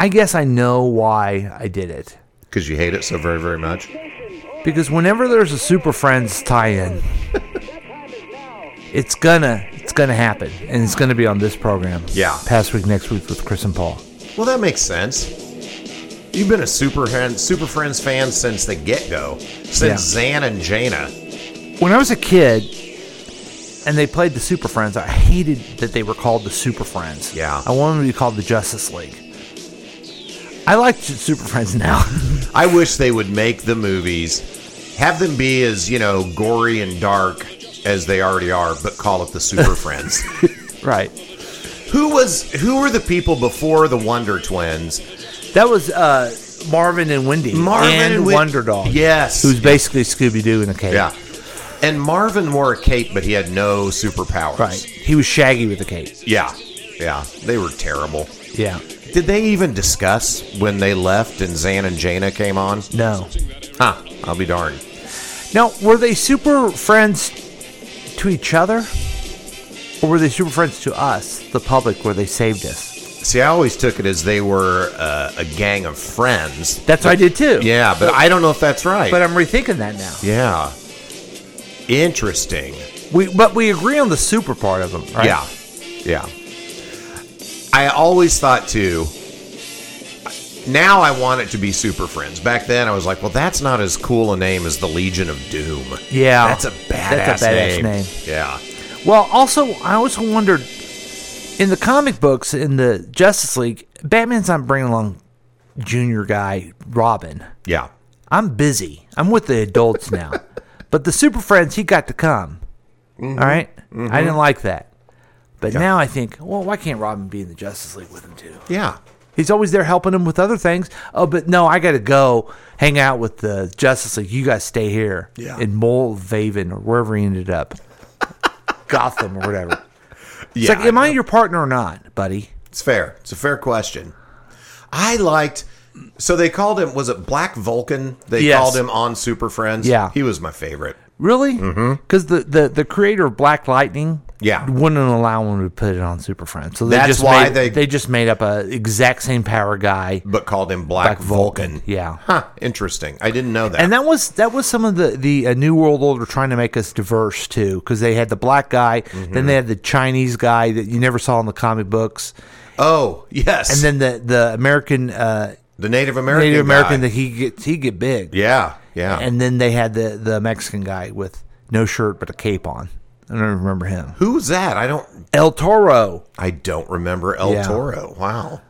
S3: I guess I know why I did it.
S2: Because you hate it so very, very much.
S3: Because whenever there's a Super Friends tie-in, it's gonna it's gonna happen, and it's gonna be on this program.
S2: Yeah.
S3: Past week, next week with Chris and Paul.
S2: Well, that makes sense. You've been a Super Friends, Super Friends fan since the get go, since Zan and Jana.
S3: When I was a kid, and they played the Super Friends, I hated that they were called the Super Friends.
S2: Yeah.
S3: I wanted them to be called the Justice League. I like Super Friends now.
S2: I wish they would make the movies, have them be as, you know, gory and dark as they already are, but call it the Super Friends.
S3: right.
S2: Who was who were the people before the Wonder Twins?
S3: That was uh Marvin and Wendy.
S2: Marvin
S3: and,
S2: and Wen-
S3: Wonder Dog.
S2: Yes.
S3: Who's basically Scooby Doo in a cape.
S2: Yeah. And Marvin wore a cape, but he had no superpowers.
S3: Right. He was shaggy with a cape.
S2: Yeah. Yeah. They were terrible.
S3: Yeah.
S2: Did they even discuss when they left and Zan and Jana came on?
S3: No.
S2: Huh. I'll be darned.
S3: Now, were they super friends to each other? Or were they super friends to us, the public, where they saved us?
S2: See, I always took it as they were uh, a gang of friends.
S3: That's what I did too.
S2: Yeah, but I don't know if that's right.
S3: But I'm rethinking that now.
S2: yeah. Interesting.
S3: We but we agree on the super part of them, right?
S2: Yeah. Yeah. I always thought too. Now I want it to be Super Friends. Back then I was like, well, that's not as cool a name as the Legion of Doom.
S3: Yeah.
S2: that's a badass,
S3: That's a badass name.
S2: Yeah,
S3: Well, also I also wondered in the comic books in the Justice League, Batman's not bringing along junior guy Robin.
S2: yeah.
S3: I'm busy. I'm with the adults now. but the Super Friends, he got to come.
S2: Mhm.
S3: All right?
S2: Mhm.
S3: I didn't like that. But now I think, well, why can't Robin be in the Justice League with him too?
S2: Yeah.
S3: He's always there helping him with other things. Oh, but no, I got to go hang out with the Justice League. You guys stay here
S2: Yeah.
S3: in Molvaven or wherever he ended up, Gotham or whatever. It's
S2: Yeah,
S3: like, am I your partner or not, buddy?
S2: It's fair. It's a fair question. I liked. So they called him. Was it Black Vulcan? They
S3: Yes.
S2: called him on Super Friends.
S3: Yeah.
S2: he was my favorite.
S3: Really? Because the, the the creator of Black Lightning,
S2: Mm-hmm. Yeah.
S3: wouldn't allow him to put it on Super Friends. So they
S2: That's
S3: just
S2: why
S3: made,
S2: they-
S3: they just made up a exact same power guy,
S2: but called him Black, Vulcan.
S3: Yeah,
S2: Huh. Interesting. I didn't know that.
S3: and that was that was some of the the uh, New World Order trying to make us diverse too, because they had the black guy,
S2: Mm-hmm.
S3: then they had the Chinese guy that you never saw in the comic books.
S2: Oh yes,
S3: and then the the American uh,
S2: the Native American
S3: Native American
S2: guy.
S3: that he gets he get big.
S2: yeah, yeah.
S3: and then they had the the Mexican guy with no shirt but a cape on. I don't remember him.
S2: Who was that? I don't.
S3: El Toro.
S2: I don't remember El
S3: Yeah.
S2: Toro. Wow.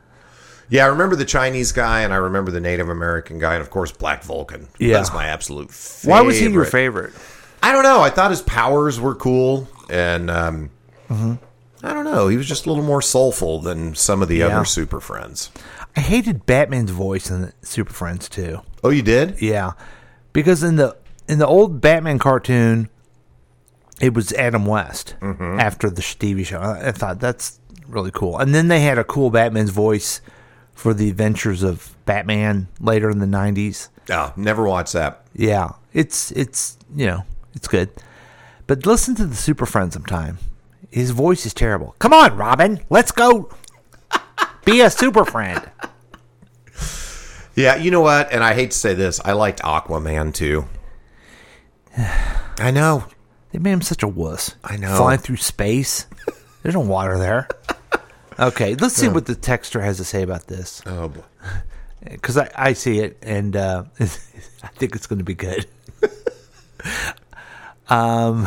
S2: Yeah, I remember the Chinese guy, and I remember the Native American guy, and of course Black Vulcan.
S3: Yeah.
S2: that's my absolute. favorite.
S3: Why was he your favorite?
S2: I don't know. I thought his powers were cool, and um,
S3: Mm-hmm.
S2: I don't know. He was just a little more soulful than some of the
S3: Yeah.
S2: other Super Friends.
S3: I hated Batman's voice in the Super Friends too.
S2: Oh, you did?
S3: Yeah, because in the in the old Batman cartoon, it was Adam West after the sh- TV show. I, I thought that's really cool. And then they had a cool Batman's voice for the Adventures of Batman later in the nineties.
S2: Oh, never watched that.
S3: Yeah, it's it's you know it's good, but listen to the Super Friends sometime. His voice is terrible. Come on, Robin, let's go. Be a super friend.
S2: Yeah, you know what? And I hate to say this, I liked Aquaman too. I know.
S3: They made him such a wuss.
S2: I know.
S3: Flying through space. There's no water there. Okay, let's see what the texter has to say about this.
S2: Oh, boy.
S3: Because I, I see it, and uh, I think it's going to be good. um,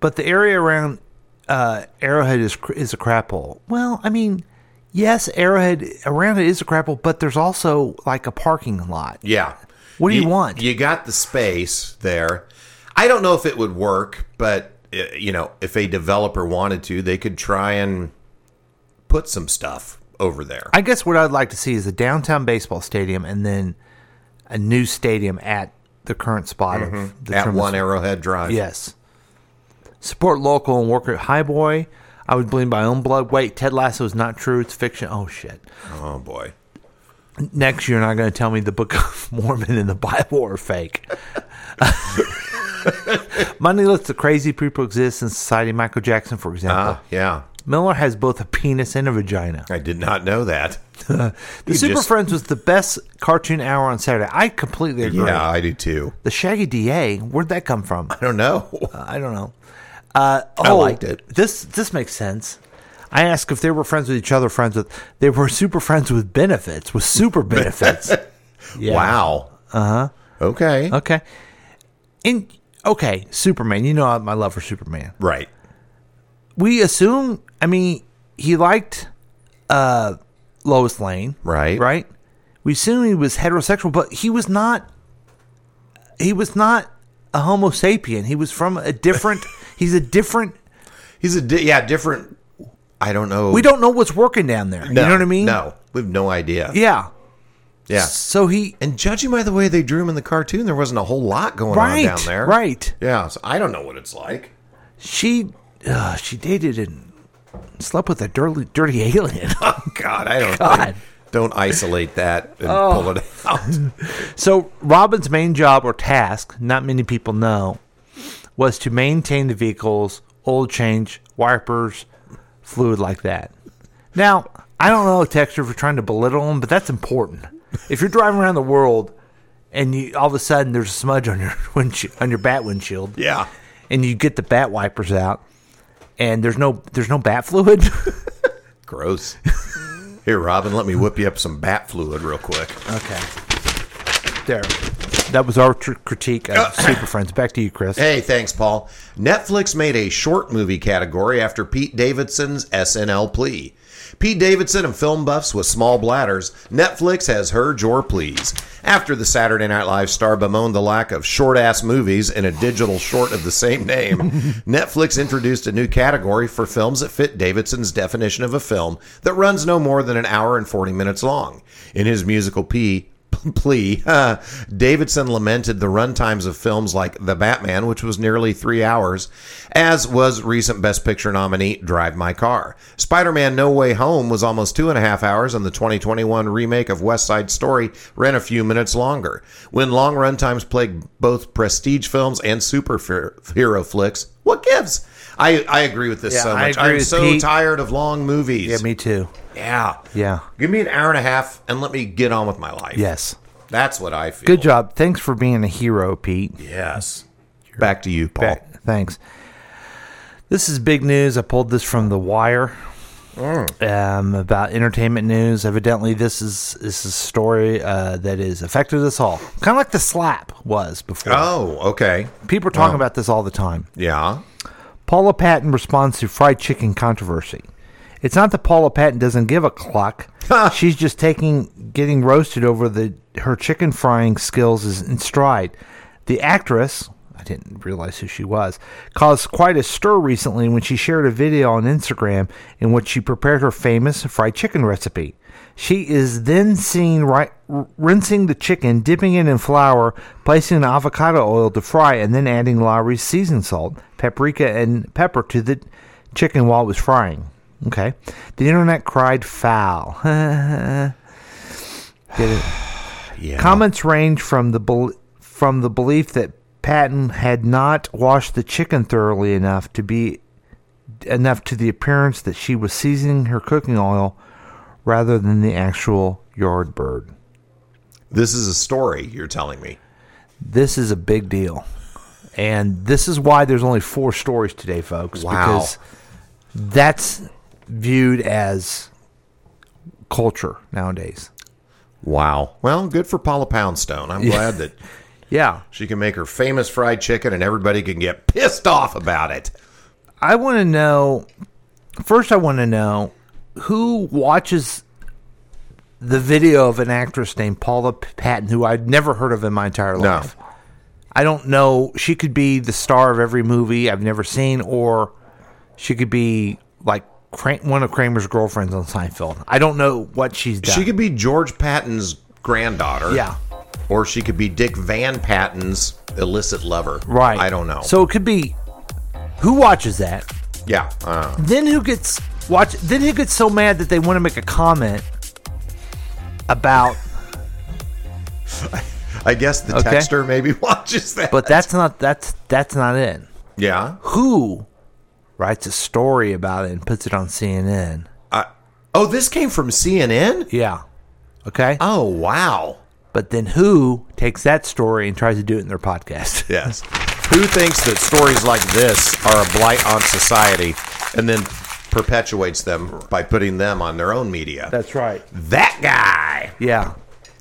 S3: but the area around uh, Arrowhead is, cr- is a crap hole. Well, I mean, yes, Arrowhead, around it is a crap hole, but there's also like a parking lot.
S2: Yeah.
S3: What do you want?
S2: You got the space there. I don't know if it would work, but uh, you know, if a developer wanted to, they could try and put some stuff over there.
S3: I guess what I'd like to see is a downtown baseball stadium and then a new stadium at the current spot
S2: Mhm.
S3: of the
S2: At
S3: Trimmer's-
S2: One Arrowhead Drive.
S3: Yes. Support local and work at Highboy. I would bleed my own blood. Wait, Ted Lasso is not true. It's fiction. Oh shit.
S2: Oh boy.
S3: Next, you're not going to tell me the Book of Mormon and the Bible are fake. Money lets the crazy people exist in society. Michael Jackson, for example.
S2: Ah, yeah.
S3: Miller has both a penis and a vagina.
S2: I did not know that.
S3: the
S2: You
S3: Super
S2: just-
S3: Friends was the best cartoon hour on Saturday. I completely agree.
S2: Yeah, I do too.
S3: The Shaggy DA, where'd that come from? I
S2: don't know.
S3: I don't know. Uh,
S2: I
S3: oh,
S2: liked it.
S3: This this makes sense. I asked if they were friends with each other, friends with they were super friends with benefits, with super benefits.
S2: Wow.
S3: Uh huh.
S2: Okay.
S3: Okay. And okay, Superman. You know my love for Superman.
S2: Right.
S3: We assume. I mean, he liked uh, Lois Lane.
S2: Right.
S3: Right. We assume he was heterosexual, but he was not. He was not a Homo sapien. He was from a different. he's a different.
S2: He's a di- yeah different. I don't know.
S3: We don't know what's working down there.
S2: No,
S3: you know what I mean?
S2: No, we have no idea.
S3: Yeah.
S2: Yeah.
S3: So he
S2: and judging by the way they drew him in the cartoon, there wasn't a whole lot going
S3: Right,
S2: on down there.
S3: right.
S2: Yeah. So I don't know what it's like.
S3: She uh, she dated and slept with a dirty dirty alien.
S2: Oh God, I don't.
S3: God.
S2: Don't isolate that and
S3: Oh.
S2: pull it out.
S3: So Robin's main job or task, not many people know, was to maintain the vehicles, oil change, wipers, fluid like that. Now, I don't know, Texture, for trying to belittle him, but that's important. If you're driving around the world and you all of a sudden there's a smudge on your windshield, on your bat windshield,
S2: Yeah.
S3: and you get the bat wipers out, and there's no there's no bat fluid.
S2: Gross. Here, Robin, let me whip you up some bat fluid real quick.
S3: Okay. There. That was our tr- critique of Super Friends. Back to you, Chris.
S2: Uh, Hey, thanks, Paul. Netflix made a short movie category after Pete Davidson's SNL plea. Pete Davidson and film buffs with small bladders, Netflix has heard your pleas. After the Saturday Night Live star bemoaned the lack of short ass movies in a digital short of the same name, Netflix introduced a new category for films that fit Davidson's definition of a film that runs no more than an hour and 40 minutes long. In his musical plea, plea. Uh, Davidson lamented the runtimes of films like The Batman, which was nearly three hours, as was recent Best Picture nominee Drive My Car. Spider Man No Way Home was almost two and a half hours, and the 2021 remake of West Side Story ran a few minutes longer. When long runtimes plague both prestige films and superhero flicks, what gives? I, I agree with this
S3: Yeah,
S2: so
S3: I
S2: much.
S3: agree
S2: I'm
S3: with
S2: so
S3: Pete.
S2: tired of long movies.
S3: Yeah, me too.
S2: Yeah.
S3: Yeah.
S2: Give me an hour and a half and let me get on with my life.
S3: Yes.
S2: That's what I feel.
S3: Good job. Thanks for being a hero, Pete.
S2: Yes. Back to you, Paul.
S3: Back- thanks. This is big news. I pulled this from The Wire um, about entertainment news. Evidently, this is this is a story uh, that has affected us all, kind of like the slap was before.
S2: Oh, okay.
S3: People are talking
S2: Wow.
S3: about this all the time.
S2: Yeah.
S3: Paula Patton responds to fried chicken controversy. It's not that Paula Patton doesn't give a cluck. She's just taking getting roasted over the her chicken frying skills is in stride. The actress, I didn't realize who she was, caused quite a stir recently when she shared a video on Instagram in which she prepared her famous fried chicken recipe. She is then seen ri- rinsing the chicken, dipping it in flour, placing in avocado oil to fry, and then adding Lowry's seasoned salt, paprika, and pepper to the chicken while it was frying. Okay. The internet cried foul. Get it?
S2: Yeah.
S3: Comments range from the bel- from the belief that Patton had not washed the chicken thoroughly enough to be enough to the appearance that she was seasoning her cooking oil rather than the actual yard bird.
S2: This is a story you're telling me.
S3: This is a big deal. And this is why there's only four stories today, folks.
S2: Wow.
S3: Because that's viewed as culture nowadays.
S2: Wow. Well, good for Paula Poundstone. I'm
S3: Yeah.
S2: glad that
S3: Yeah.
S2: she can make her famous fried chicken and everybody can get pissed off about it.
S3: I want to know first, I want to know who watches the video of an actress named Paula Patton, who I'd never heard of in my entire life. I don't know. She could be the star of every movie I've never seen, or she could be like Kra- one of Kramer's girlfriends on Seinfeld. I don't know what she's done.
S2: She could be George Patton's granddaughter.
S3: Yeah.
S2: Or she could be Dick Van Patton's illicit lover.
S3: right.
S2: I don't know.
S3: So it could be who watches that.
S2: yeah. Uh,
S3: Then who gets watch? Then who gets so mad that they want to make a comment about?
S2: I guess the
S3: Okay.
S2: texter maybe watches that.
S3: But that's not that's that's not it.
S2: yeah.
S3: Who writes a story about it and puts it on CNN?
S2: I, oh, this came from CNN?
S3: Yeah. Okay.
S2: Oh, wow.
S3: But then who takes that story and tries to do it in their podcast?
S2: Yes. Who thinks that stories like this are a blight on society and then perpetuates them by putting them on their own media?
S3: That's right.
S2: that guy.
S3: Yeah.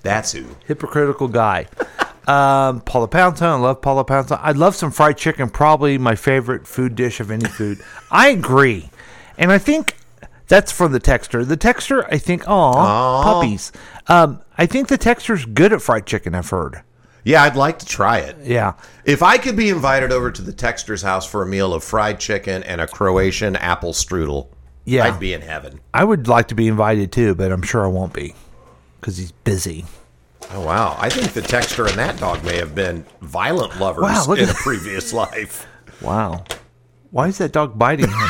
S2: That's who.
S3: Hypocritical guy. um, Paula Poundstone. I love Paula Poundstone. I love some fried chicken. Probably my favorite food dish of any food. I agree. And I think that's from the texture. The texture, I think, oh,
S2: Aw.
S3: puppies. Um, I think the texture's good at fried chicken, I've heard.
S2: Yeah, I'd like to try it.
S3: Yeah.
S2: If I could be invited over to the Texter's house for a meal of fried chicken and a Croatian apple strudel,
S3: Yeah.
S2: I'd be in heaven.
S3: I would like to be invited too, but I'm sure I won't be because he's busy.
S2: Oh wow! I think the Texter and that dog may have been violent lovers
S3: Wow, look
S2: in a
S3: at-
S2: previous life.
S3: Wow. Why is that dog biting him?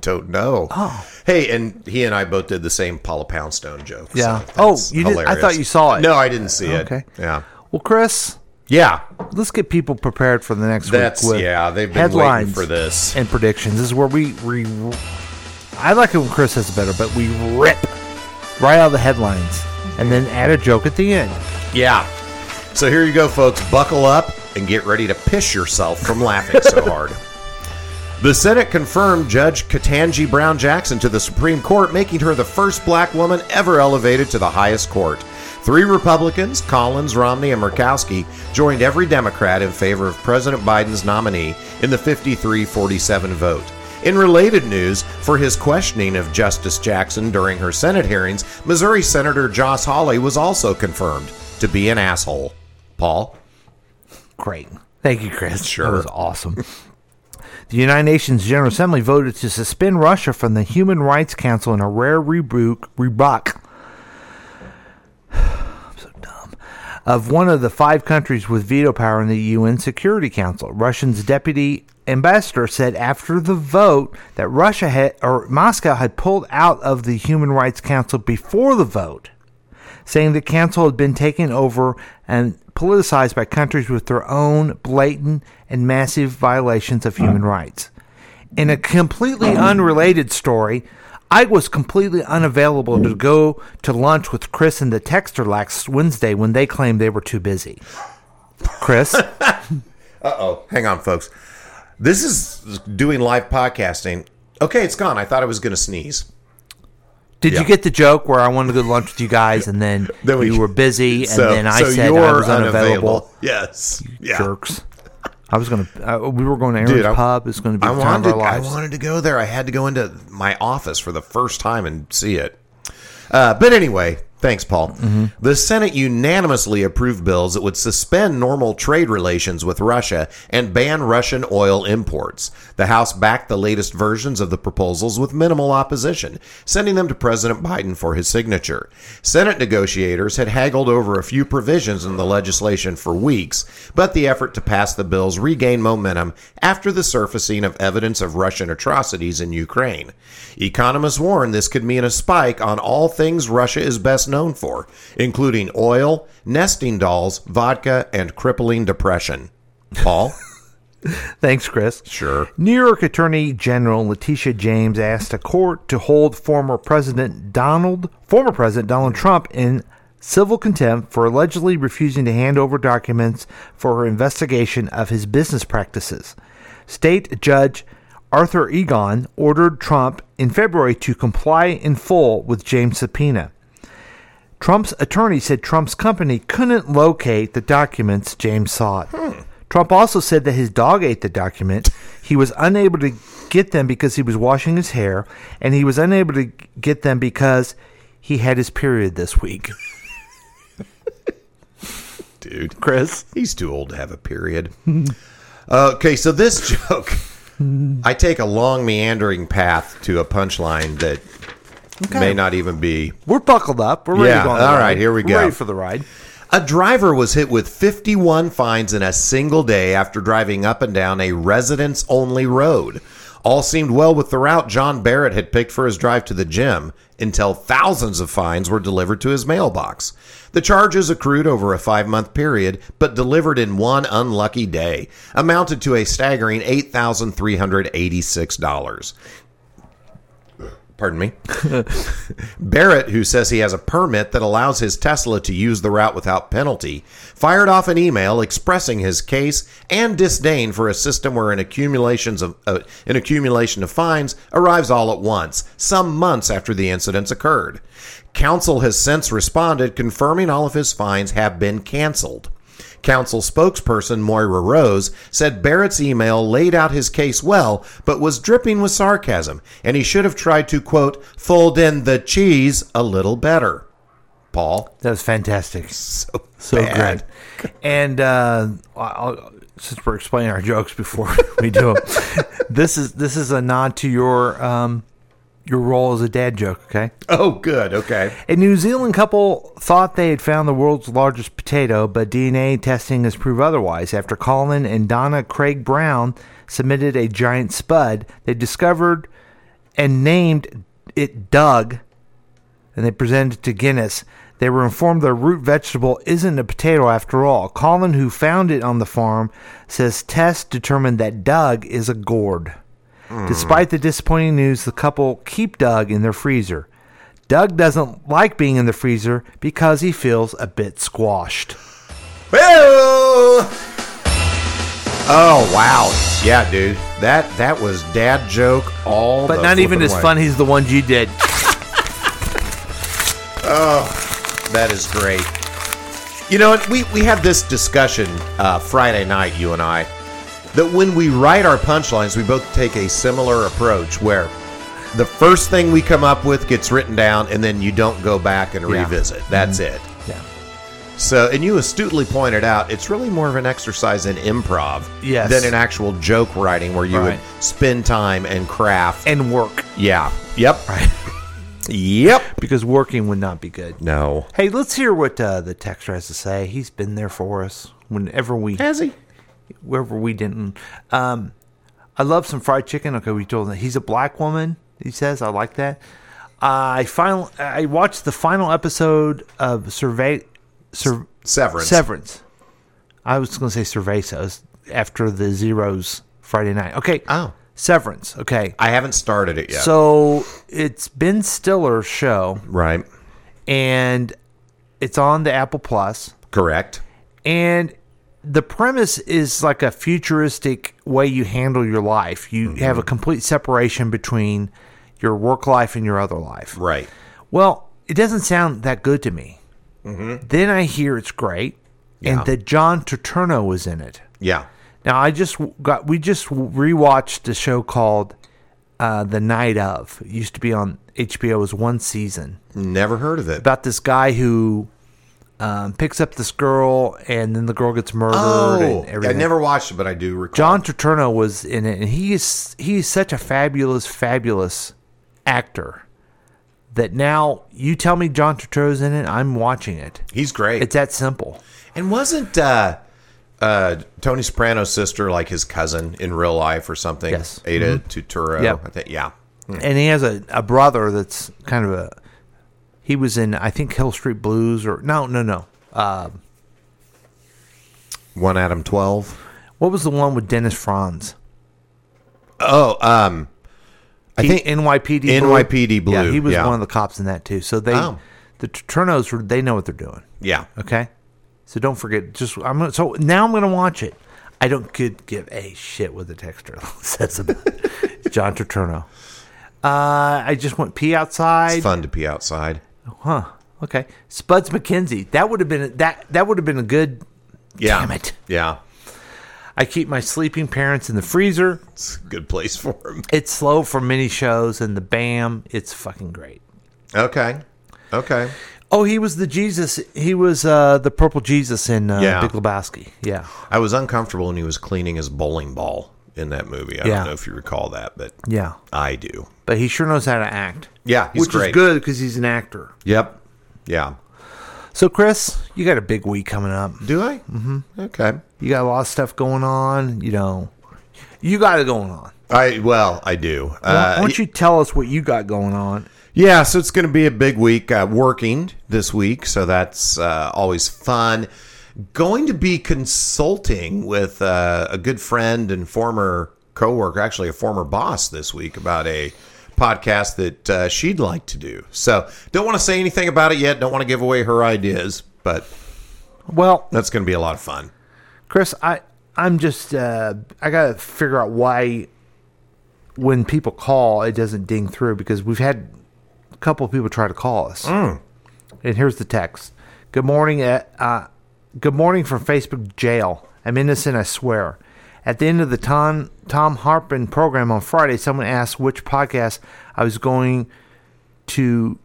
S2: Don't know.
S3: Oh.
S2: Hey, and he and I both did the same Paula Poundstone joke.
S3: Yeah.
S2: So
S3: Oh,
S2: that's
S3: you did, I
S2: hilarious.
S3: thought you saw it.
S2: No, I didn't see it.
S3: Okay.
S2: Yeah.
S3: Well, Chris,
S2: Yeah.
S3: let's get people prepared for the next
S2: That's
S3: week. with
S2: yeah. They've been waiting
S3: headlines
S2: for this.
S3: and predictions. This is where we re. I like it when Chris has it better, but we rip right out of the headlines and then add a joke at the end.
S2: Yeah. So here you go, folks. Buckle up. and get ready to piss yourself from laughing so hard. The Senate confirmed Judge Katanji Brown Jackson to the Supreme Court, making her the first black woman ever elevated to the highest court. Three Republicans, Collins, Romney, and Murkowski, joined every Democrat in favor of President Biden's nominee in the 53 47 vote. In related news, for his questioning of Justice Jackson during her Senate hearings, Missouri Senator Joss Hawley was also confirmed to be an asshole. Paul?
S3: Great. Thank you, Chris.
S2: Sure.
S3: That was awesome. The United Nations General Assembly voted to suspend Russia from the Human Rights Council in a rare rebuke, rebuke of one of the five countries with veto power in the UN Security Council. Russian's deputy ambassador said after the vote that Russia had or Moscow had pulled out of the Human Rights Council before the vote, saying the council had been taken over and politicized by countries with their own blatant and massive violations of human rights. In a completely unrelated story, I was completely unavailable to go to lunch with Chris and the Texter last Wednesday when they claimed they were too busy. Chris?
S2: Uh oh. Hang on, folks. This is doing live podcasting. Okay, it's gone. I thought I was going to sneeze.
S3: Did
S2: Yeah.
S3: you get the joke where I wanted to go to lunch with you guys and then, you were busy and
S2: So-
S3: then I
S2: so
S3: said I
S2: you're
S3: was unavailable?
S2: unavailable. Yes. Yeah.
S3: Jerks. I was going to, uh, we were going to Aaron's
S2: Dude, I-
S3: Pub. It's going to be
S2: I
S3: the time of
S2: wanted,
S3: our lives.
S2: I wanted to go there. I had to go into my office for the first time and see it. Uh, but anyway, thanks, Paul.
S3: Mm-hmm.
S2: The Senate unanimously approved bills that would suspend normal trade relations with Russia and ban Russian oil imports. The House backed the latest versions of the proposals with minimal opposition, sending them to President Biden for his signature. Senate negotiators had haggled over a few provisions in the legislation for weeks, but the effort to pass the bills regained momentum after the surfacing of evidence of Russian atrocities in Ukraine. Economists warn this could mean a spike on all things Russia is best known for, including oil, nesting dolls, vodka, and crippling depression. Paul?
S3: Thanks, Chris.
S2: Sure.
S3: New York Attorney General Letitia James asked a court to hold former President Donald former President Donald Trump in civil contempt for allegedly refusing to hand over documents for her investigation of his business practices. State Judge Arthur Egon ordered Trump in February to comply in full with James' subpoena. Trump's attorney said Trump's company couldn't locate the documents James sought.
S2: Hmm.
S3: Trump also said that his dog ate the document. He was unable to get them because he was washing his hair, and he was unable to get them because he had his period this week.
S2: Dude.
S3: Chris?
S2: He's too old to have a period. Uh, okay, so this joke. I take a long meandering path to a punchline that may not even be
S3: We're buckled up. We're ready
S2: Yeah,
S3: to go. on
S2: all
S3: the
S2: right,
S3: ride.
S2: here we
S3: We're
S2: go.
S3: Ready for the ride.
S2: A driver was hit with 51 fines in a single day after driving up and down a residence only road. All seemed well with the route John Barrett had picked for his drive to the gym until thousands of fines were delivered to his mailbox. The charges accrued over a five month period, but delivered in one unlucky day, amounted to a staggering $8,386 pardon me. Barrett, who says he has a permit that allows his Tesla to use the route without penalty, fired off an email expressing his case and disdain for a system where an accumulations of uh, an accumulation of fines arrives all at once, some months after the incidents occurred. Council has since responded, confirming all of his fines have been canceled. Council spokesperson Moira Rose said Barrett's email laid out his case well, but was dripping with sarcasm, and he should have tried to, quote, fold in the cheese a little better. Paul?
S3: That was fantastic.
S2: So,
S3: So
S2: bad.
S3: good. And uh, I'll, since we're explaining our jokes before we do them, this is this is a nod to your um, your role as a dad joke. Okay.
S2: Oh, good. Okay.
S3: A New Zealand couple thought they had found the world's largest potato, but DNA testing has proved otherwise. After Colin and Donna Craig Brown submitted a giant spud, they discovered and named it Doug, and they presented it to Guinness. They were informed their root vegetable isn't a potato after all. Colin, who found it on the farm, says tests determined that Doug is a gourd. Despite the disappointing news, the couple keep Doug in their freezer. Doug doesn't like being in the freezer because he feels a bit squashed.
S2: Well, Oh wow, yeah, dude, that that was dad joke all.
S3: But
S2: the
S3: not even
S2: flippin'
S3: as
S2: way.
S3: funny as the ones you did.
S2: Oh, that is great. You know, what? we we had this discussion uh, Friday night, you and I, that when we write our punchlines, we both take a similar approach where the first thing we come up with gets written down, and then you don't go back and
S3: Yeah. Mm-hmm.
S2: revisit. That's it.
S3: Yeah.
S2: So, and you astutely pointed out, it's really more of an exercise in improv
S3: Yes.
S2: than an actual joke writing where you
S3: Right.
S2: would spend time and craft
S3: and work.
S2: Yeah. Yep. Yep.
S3: Because working would not be good.
S2: No.
S3: Hey, let's hear what uh, the texter has to say. He's been there for us whenever we
S2: has he,
S3: wherever we didn't. Um, I love some fried chicken. Okay, we told him he's a black woman. He says I like that. I final I watched the final episode of Survey Sur-
S2: Severance.
S3: Severance. I was going to say Cervezos after the zeros Friday night. Okay.
S2: Oh.
S3: Severance. Okay.
S2: I haven't started it yet.
S3: So it's Ben Stiller's show,
S2: right.
S3: and it's on the Apple Plus,
S2: Correct.
S3: and the premise is like a futuristic way you handle your life.
S2: Mm-hmm.
S3: You have a complete separation between your work life and your other life.
S2: Right.
S3: Well, it doesn't sound that good to me. Then I hear it's great,
S2: Mm-hmm. Yeah.
S3: and that John Turturno was in it.
S2: Yeah.
S3: Now I just w- got we just w- rewatched a show called uh, The Night of. It used to be on HBO. It was one season
S2: Never heard of it.
S3: about this guy who um, picks up this girl and then the girl gets murdered.
S2: Oh,
S3: and
S2: I
S3: everything.
S2: never watched it, but I do recall.
S3: John Turturro was in it, and he is he is such a fabulous, fabulous actor that now you tell me John Turturro's in it, I'm watching it.
S2: He's great.
S3: It's that simple.
S2: and wasn't uh, uh, Tony Soprano's sister like his cousin in real life or something?
S3: Yes. Mm-hmm.
S2: Ada Tuturo.
S3: Yep.
S2: I think, yeah. Hmm.
S3: and he has a, a brother that's kind of a he was in i think hill street blues or no no no Um
S2: One Adam 12.
S3: what was the one with dennis franz
S2: Oh, um, I
S3: He-
S2: think
S3: nypd Blue?
S2: NYPD Blue.
S3: yeah he was
S2: yeah.
S3: one of the cops in that too so they
S2: Oh.
S3: the turnos were they know what they're doing
S2: Yeah.
S3: okay so don't forget just i'm gonna so now i'm gonna watch it i don't could give a shit what the texter says about it. john Turturno. uh i just went pee outside
S2: It's fun to pee outside.
S3: Huh. Okay. Spuds McKenzie. That would have been that. That would have been a good.
S2: Yeah.
S3: Damn it.
S2: Yeah.
S3: I keep my sleeping parents in the freezer.
S2: It's a good place for him.
S3: It's slow for many shows, and the bam, it's fucking great.
S2: Okay. Okay.
S3: Oh, he was the Jesus. He was uh, the purple Jesus in uh,
S2: Yeah.
S3: Big Lebowski. Yeah.
S2: I was uncomfortable when he was cleaning his bowling ball in that movie. I
S3: Yeah.
S2: don't know if you recall that, but
S3: Yeah.
S2: I do.
S3: But he sure knows how to act.
S2: Yeah, he's
S3: which
S2: great.
S3: is good because he's an actor.
S2: Yep. Yeah.
S3: So, Chris, you got a big week coming up.
S2: Do I? Mm-hmm. Okay.
S3: You got a lot of stuff going on. You know, you got it going on.
S2: I well, I do.
S3: Why
S2: Uh,
S3: don't you tell us what you got going on?
S2: yeah, so it's going to be a big week uh, working this week, so that's uh, always fun. Going to be consulting with uh, a good friend and former coworker, actually a former boss, this week about a podcast that uh, she'd like to do. So don't want to say anything about it yet. Don't want to give away her ideas, but
S3: Well,
S2: that's going to be a lot of fun.
S3: Chris, I I'm just uh, I gotta figure out why when people call it doesn't ding through because we've had a couple of people try to call us. And here's the text: Good morning, uh, uh, good morning from Facebook jail. I'm innocent, I swear. At the end of the Tom Tom Harpin program on Friday, someone asked which podcast I was going to.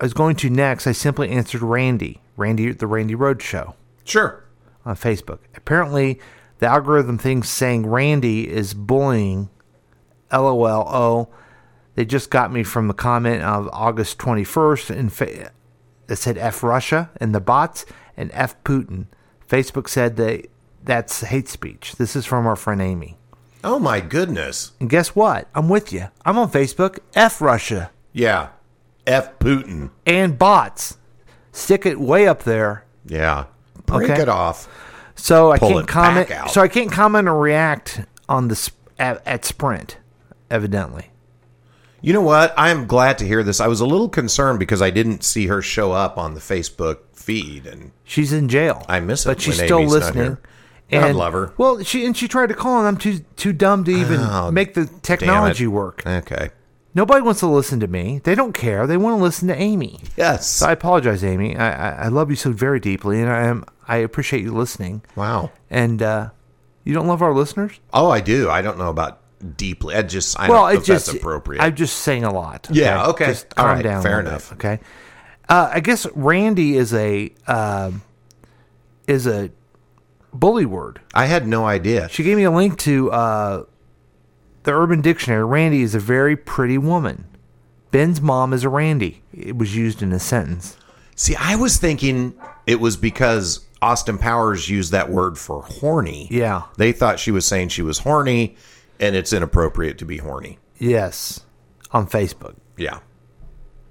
S3: I was going to next. I simply answered Randy, Randy, the Randy Rhodes Show
S2: Sure.
S3: on Facebook. Apparently, the algorithm thinks saying Randy is bullying. LOL. Oh, they just got me from the comment of August 21st and fa- that said F Russia and the bots and F Putin. Facebook said they that's hate speech. This is from our friend Amy.
S2: Oh my goodness.
S3: And guess what? I'm with you. I'm on Facebook. F Russia
S2: Yeah. F Putin.
S3: and bots. Stick it way up there.
S2: Yeah. Break
S3: Okay.
S2: it off.
S3: So I
S2: Pull
S3: can't
S2: it
S3: comment.
S2: back out.
S3: So I can't comment or react on this at, at Sprint, evidently.
S2: You know what? I am glad to hear this. I was a little concerned because I didn't see her show up on the Facebook feed, and
S3: She's in jail,
S2: I miss it.
S3: but she's
S2: when
S3: still
S2: Amy's not
S3: listening.
S2: here. God
S3: And-
S2: love her. Oh,
S3: Well, she and she tried to call, and I'm too too dumb to even make the technology work.
S2: Okay.
S3: Nobody wants to listen to me. They don't care. They want to listen to Amy.
S2: Yes.
S3: So I apologize, Amy. I, I, I love you so very deeply, and I am I appreciate you listening.
S2: Wow.
S3: And uh, you don't love our listeners?
S2: Oh, I do. I don't know about deeply. I just I
S3: well,
S2: don't know
S3: it
S2: if
S3: just
S2: that's appropriate.
S3: I'm just saying a lot.
S2: Yeah, okay.
S3: Just
S2: All
S3: calm
S2: right,
S3: down. a
S2: fair
S3: little
S2: enough.
S3: bit, okay. Uh, I guess Randy is a um is a bully word.
S2: I had no idea.
S3: She gave me a link to uh, the Urban Dictionary. Randy is a very pretty woman. Ben's mom is a Randy. It was used in a sentence.
S2: See, I was thinking it was because Austin Powers used that word for horny.
S3: Yeah.
S2: They thought she was saying she was horny, and it's inappropriate to be horny.
S3: Yes, on Facebook.
S2: Yeah.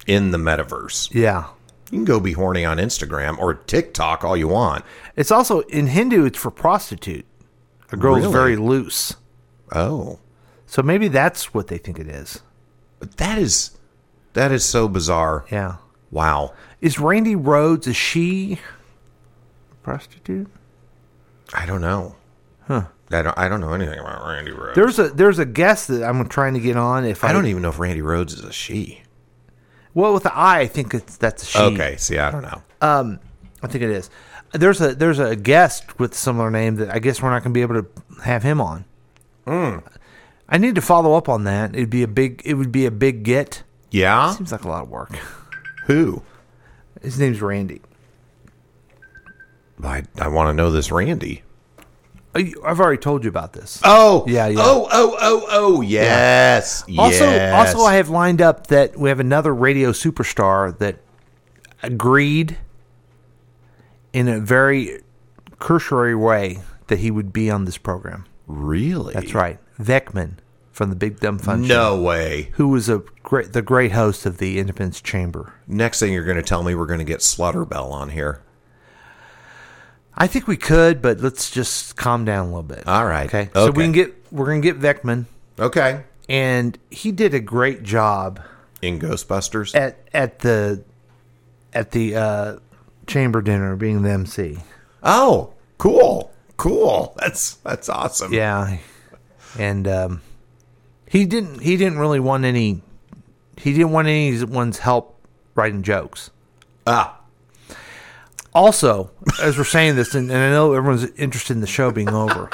S2: In the metaverse.
S3: Yeah.
S2: You can go be horny on Instagram or TikTok all you want.
S3: It's also in Hindu. It's for prostitute. A girl's
S2: Really?
S3: very loose.
S2: Oh.
S3: So maybe that's what they think it is.
S2: But that is that is so bizarre.
S3: Yeah.
S2: Wow.
S3: Is Randy Rhodes is she a prostitute?
S2: I don't know.
S3: Huh.
S2: I don't I don't know anything about Randy Rhodes.
S3: There's a there's a guest that I'm trying to get on. If I,
S2: I don't e-, even know if Randy Rhodes is a she.
S3: well with the I, I think it's that's a she.
S2: Okay, see, I don't know.
S3: Um, I think it is. There's a there's a guest with similar name that I guess we're not going to be able to have him on.
S2: Hmm.
S3: I need to follow up on that. It'd be a big it would be a big get.
S2: Yeah?
S3: Seems like a lot of work.
S2: Who?
S3: His name's Randy.
S2: I, I want to know this Randy.
S3: Oh, you- I've already told you about this.
S2: Oh.
S3: yeah, yeah.
S2: Oh, oh, oh, oh, yes.
S3: Also,
S2: yes.
S3: also, I have lined up that we have another radio superstar that agreed in a very cursory way that he would be on this program.
S2: Really?
S3: That's right, Vekman from the Big Dumb Fun.
S2: No
S3: Show,
S2: way.
S3: Who was a great, the great host of the Independence Chamber.
S2: Next thing you're going to tell me, we're going to get Slutterbell on here.
S3: I think we could, but let's just calm down a little bit.
S2: All right.
S3: Okay. So we can get we're gonna get Vekman.
S2: Okay.
S3: And he did a great job
S2: in Ghostbusters
S3: at at the at the uh, chamber dinner being the MC.
S2: Oh, cool, cool. That's that's awesome.
S3: Yeah. And um, he didn't he didn't really want any he didn't want anyone's help writing jokes.
S2: Ah.
S3: Also, as we're saying this, and, and I know everyone's interested in the show being over,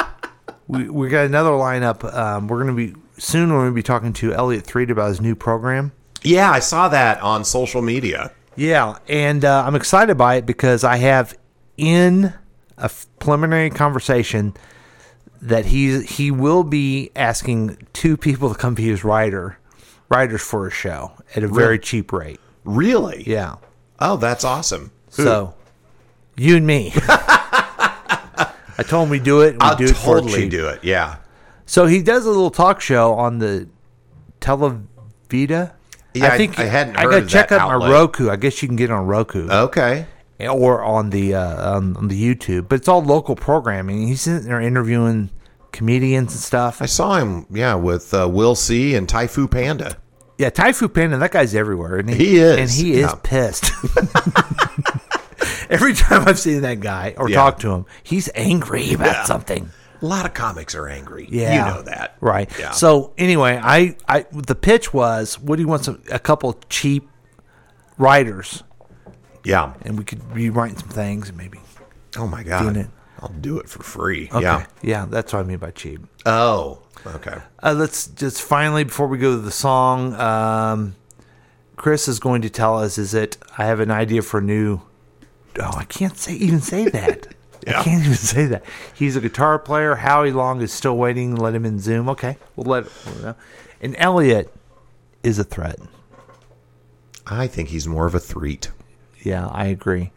S3: we we got another lineup. Um, we're going to be soon. We're going to be talking to Elliot Threed about his new program.
S2: Yeah, I saw that on social media.
S3: Yeah, and uh, I'm excited by it because I have in a f- preliminary conversation that he he will be asking two people to come be his writer writers for a show at a very
S2: Really?
S3: cheap rate.
S2: Really?
S3: Yeah.
S2: Oh, that's awesome. Who?
S3: So you and me. I told him we do it. And we
S2: I'll
S3: do it for
S2: totally
S3: cheap.
S2: do it. Yeah.
S3: So he does a little talk show on the Televita.
S2: Yeah, I- I hadn't
S3: I
S2: heard
S3: gotta
S2: of
S3: check
S2: that
S3: out my
S2: outlet.
S3: Roku. I guess you can get it on Roku.
S2: Okay.
S3: Or on the uh, on, on the YouTube, but it's all local programming. He's sitting there interviewing comedians and stuff.
S2: I saw him. Yeah, with uh, Will C and Taifu Panda.
S3: Yeah, Taifu Panda, that guy's everywhere. And
S2: He is,
S3: and he is
S2: yeah.
S3: pissed. Every time I've seen that guy or
S2: Yeah.
S3: talked to him, he's angry about
S2: Yeah.
S3: something.
S2: A lot of comics are angry.
S3: Yeah,
S2: You know that.
S3: right?
S2: Yeah.
S3: So anyway, I, I the pitch was, what do you want? Some a couple cheap writers,
S2: Yeah.
S3: and we could be writing some things, and maybe.
S2: Oh my
S3: Doing
S2: god.
S3: it.
S2: I'll do it for free.
S3: Okay.
S2: Yeah.
S3: yeah, that's what I mean by cheap.
S2: Oh. Okay.
S3: Uh, let's just finally, before we go to the song, um, Chris is going to tell us. Is it? I have an idea for a new. Oh, I can't say even say that. I can't even say that. He's a guitar player. Howie Long is still waiting. Let him in Zoom. Okay, we'll let. We'll know. And Elliot is a threat.
S2: I think he's more of a threat.
S3: Yeah, I agree.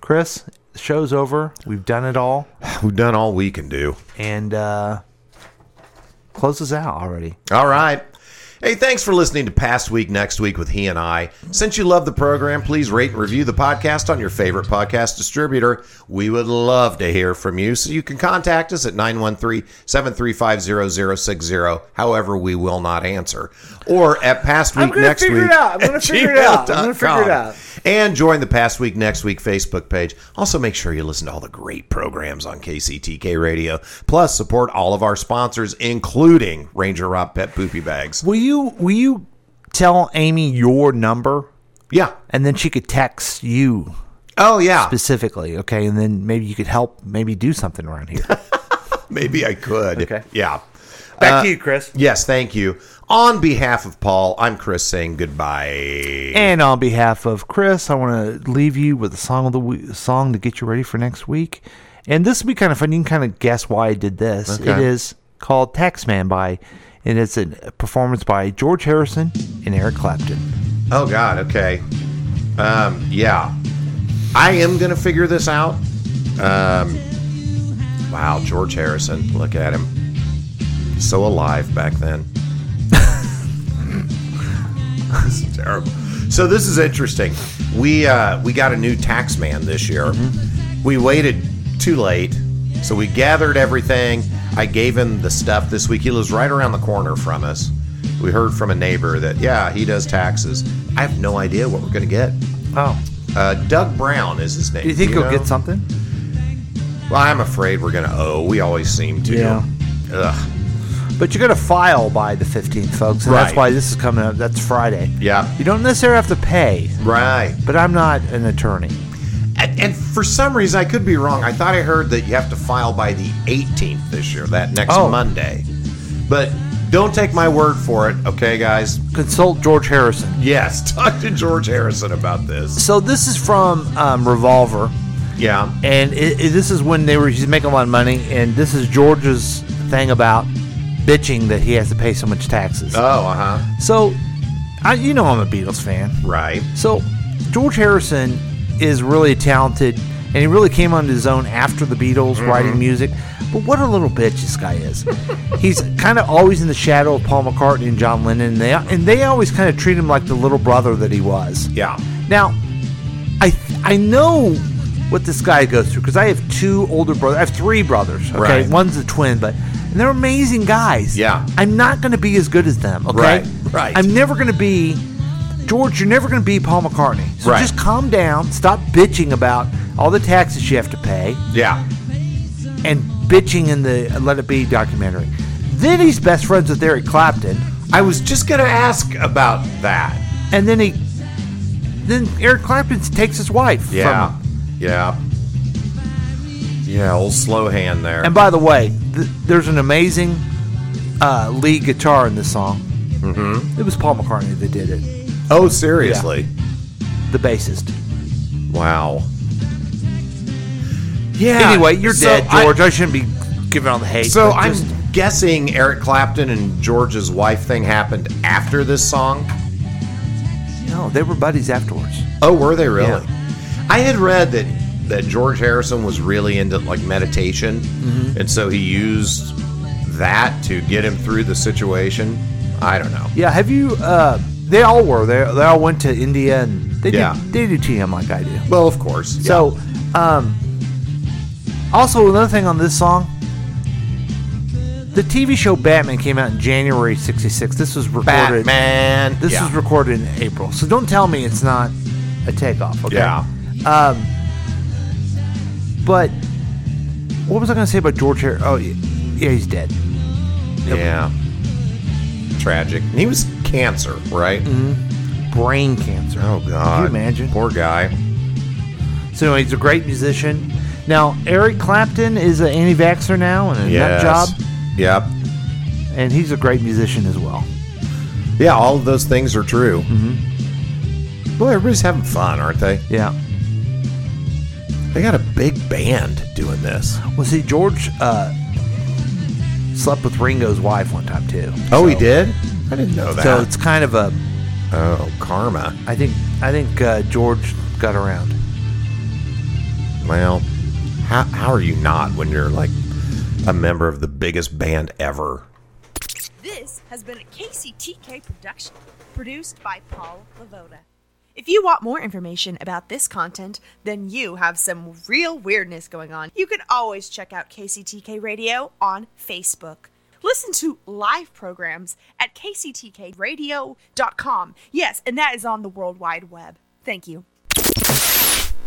S3: Chris, the show's over. We've done it all,
S2: We've done all we can do.
S3: and uh, close us out already.
S2: All right. Hey, thanks for listening to Past Week Next Week with He and I. Since you love the program, please rate and review the podcast on your favorite podcast distributor. We would love to hear from you, so you can contact us at 913 735 0060, however, we will not answer, or at Past Week
S3: gonna
S2: Next
S3: figure
S2: Week.
S3: it out. I'm gonna
S2: at
S3: figure it out. I'm gonna figure it
S2: gmail.com.
S3: out.
S2: And join the Past Week Next Week Facebook page. Also, make sure you listen to all the great programs on KCTK Radio. Plus, support all of our sponsors, including Ranger Rob Pet Poopy Bags.
S3: Will you will you tell Amy your number?
S2: Yeah,
S3: and then she could text you.
S2: Oh yeah,
S3: specifically. Okay, and then maybe you could help. Maybe do something around here.
S2: Maybe I could. Okay. Yeah.
S3: Back to you, Chris.
S2: Yes, thank you. On behalf of Paul, I'm Chris saying goodbye.
S3: and on behalf of Chris, I want to leave you with a song of the week, song to get you ready for next week. And this will be kind of fun. You can kind of guess why I did this. It
S2: Okay.
S3: is called Taxman by, and it's a performance by George Harrison and Eric Clapton.
S2: Oh God. Okay. Um. Yeah. I am gonna figure this out. Um. Wow, George Harrison. Look at him. So alive back then. this is terrible. So this is interesting. We uh, we got a new tax man this year. We waited too late, so we gathered everything. I gave him the stuff this week. He lives right around the corner from us. We heard from a neighbor that yeah, he does taxes. I have no idea what we're gonna get.
S3: Oh,
S2: uh, Doug Brown is his name.
S3: Do you think he'll
S2: know?
S3: get something?
S2: Well, I'm afraid we're gonna owe. We always seem to.
S3: Yeah.
S2: Ugh.
S3: But you're going to file by the 15th, folks. And that's
S2: Right.
S3: why this is coming up. That's Friday.
S2: Yeah.
S3: You don't necessarily have to pay.
S2: Right.
S3: But I'm not an attorney.
S2: And, and for some reason, I could be wrong. I thought I heard that you have to file by the 18th this year, that next
S3: Oh.
S2: Monday. But don't take my word for it, okay, guys?
S3: Consult George Harrison.
S2: Yes, talk to George Harrison about this.
S3: So this is from um, Revolver,
S2: Yeah.
S3: and it, it- this is when they were he's making a lot of money, and this is George's thing about bitching that he has to pay so much taxes.
S2: Oh, uh huh.
S3: So, I, you know I'm a Beatles fan.
S2: Right.
S3: So, George Harrison is really talented, and he really came onto his own after the Beatles, writing music. But what a little bitch this guy is. He's kind of always in the shadow of Paul McCartney and John Lennon, and they, and they always kind of treat him like the little brother that he was.
S2: Yeah.
S3: Now, I th- I know what this guy goes through because I have two older brothers. I have three brothers. Okay,
S2: Right.
S3: one's a twin, but and they're amazing guys.
S2: Yeah.
S3: I'm not going to be as good as them. Okay,
S2: Right, right.
S3: I'm never going to be George. You're never going to be Paul McCartney. So
S2: Right.
S3: just calm down. Stop bitching about all the taxes you have to pay
S2: Yeah.
S3: and bitching in the Let It Be documentary. Then he's best friends with Eric Clapton,
S2: I was just going to ask about that.
S3: and then he then Eric Clapton takes his wife. from him.
S2: Yeah. Yeah. Yeah, old slow hand there.
S3: And by the way, th- there's an amazing uh, lead guitar in this song. Mm-hmm. It was Paul McCartney that did it,
S2: oh, seriously.
S3: the bassist.
S2: Wow. Yeah.
S3: Anyway, you're
S2: So
S3: dead,
S2: I-
S3: George. I, shouldn't be giving all the hate.
S2: So
S3: but
S2: I'm
S3: just-
S2: guessing Eric Clapton and George's wife thing happened after this song.
S3: no, they were buddies afterwards.
S2: Oh, were they really? I had read that that George Harrison was really into like meditation,
S3: Mm-hmm.
S2: and so he used that to get him through the situation. I don't know.
S3: Yeah. Have you? Uh, they all were. They they all went to India and they
S2: Yeah.
S3: did they do TM like I do.
S2: Well, of course. yeah.
S3: So, um, also another thing on this song, the TV show Batman came out in January '66. This was recorded.
S2: Batman.
S3: This
S2: Yeah.
S3: was recorded in April, so don't tell me it's not a takeoff. Okay.
S2: Yeah.
S3: Um, but what was I going to say about George Harris? Oh, yeah, yeah, he's dead.
S2: yeah. Tragic. And he was cancer, right?
S3: Brain cancer.
S2: Oh God.
S3: Mm-hmm. Can you imagine?
S2: Poor guy.
S3: So anyway, he's a great musician. Now, Eric Clapton is an anti-vaxxer now and a
S2: Yes.
S3: nut job,
S2: Yep.
S3: and he's a great musician as well.
S2: Yeah, all of those things are true.
S3: Mm-hmm.
S2: Well, everybody's having fun, aren't they?
S3: Yeah.
S2: They got a big band doing this.
S3: Well, see, George uh, slept with Ringo's wife one time too.
S2: Oh, he did? I didn't know that.
S3: So it's kind of a.
S2: oh, karma.
S3: I think I think uh, George got around.
S2: Well, how, how are you not when you're like a member of the biggest band ever?
S11: This has been a KCTK production, produced by Paul Lavoda. If you want more information about this content, then you have some real weirdness going on. You can always check out KCTK Radio on Facebook. Listen to live programs at kctkradio.com. Yes, and that is on the World Wide Web. Thank you.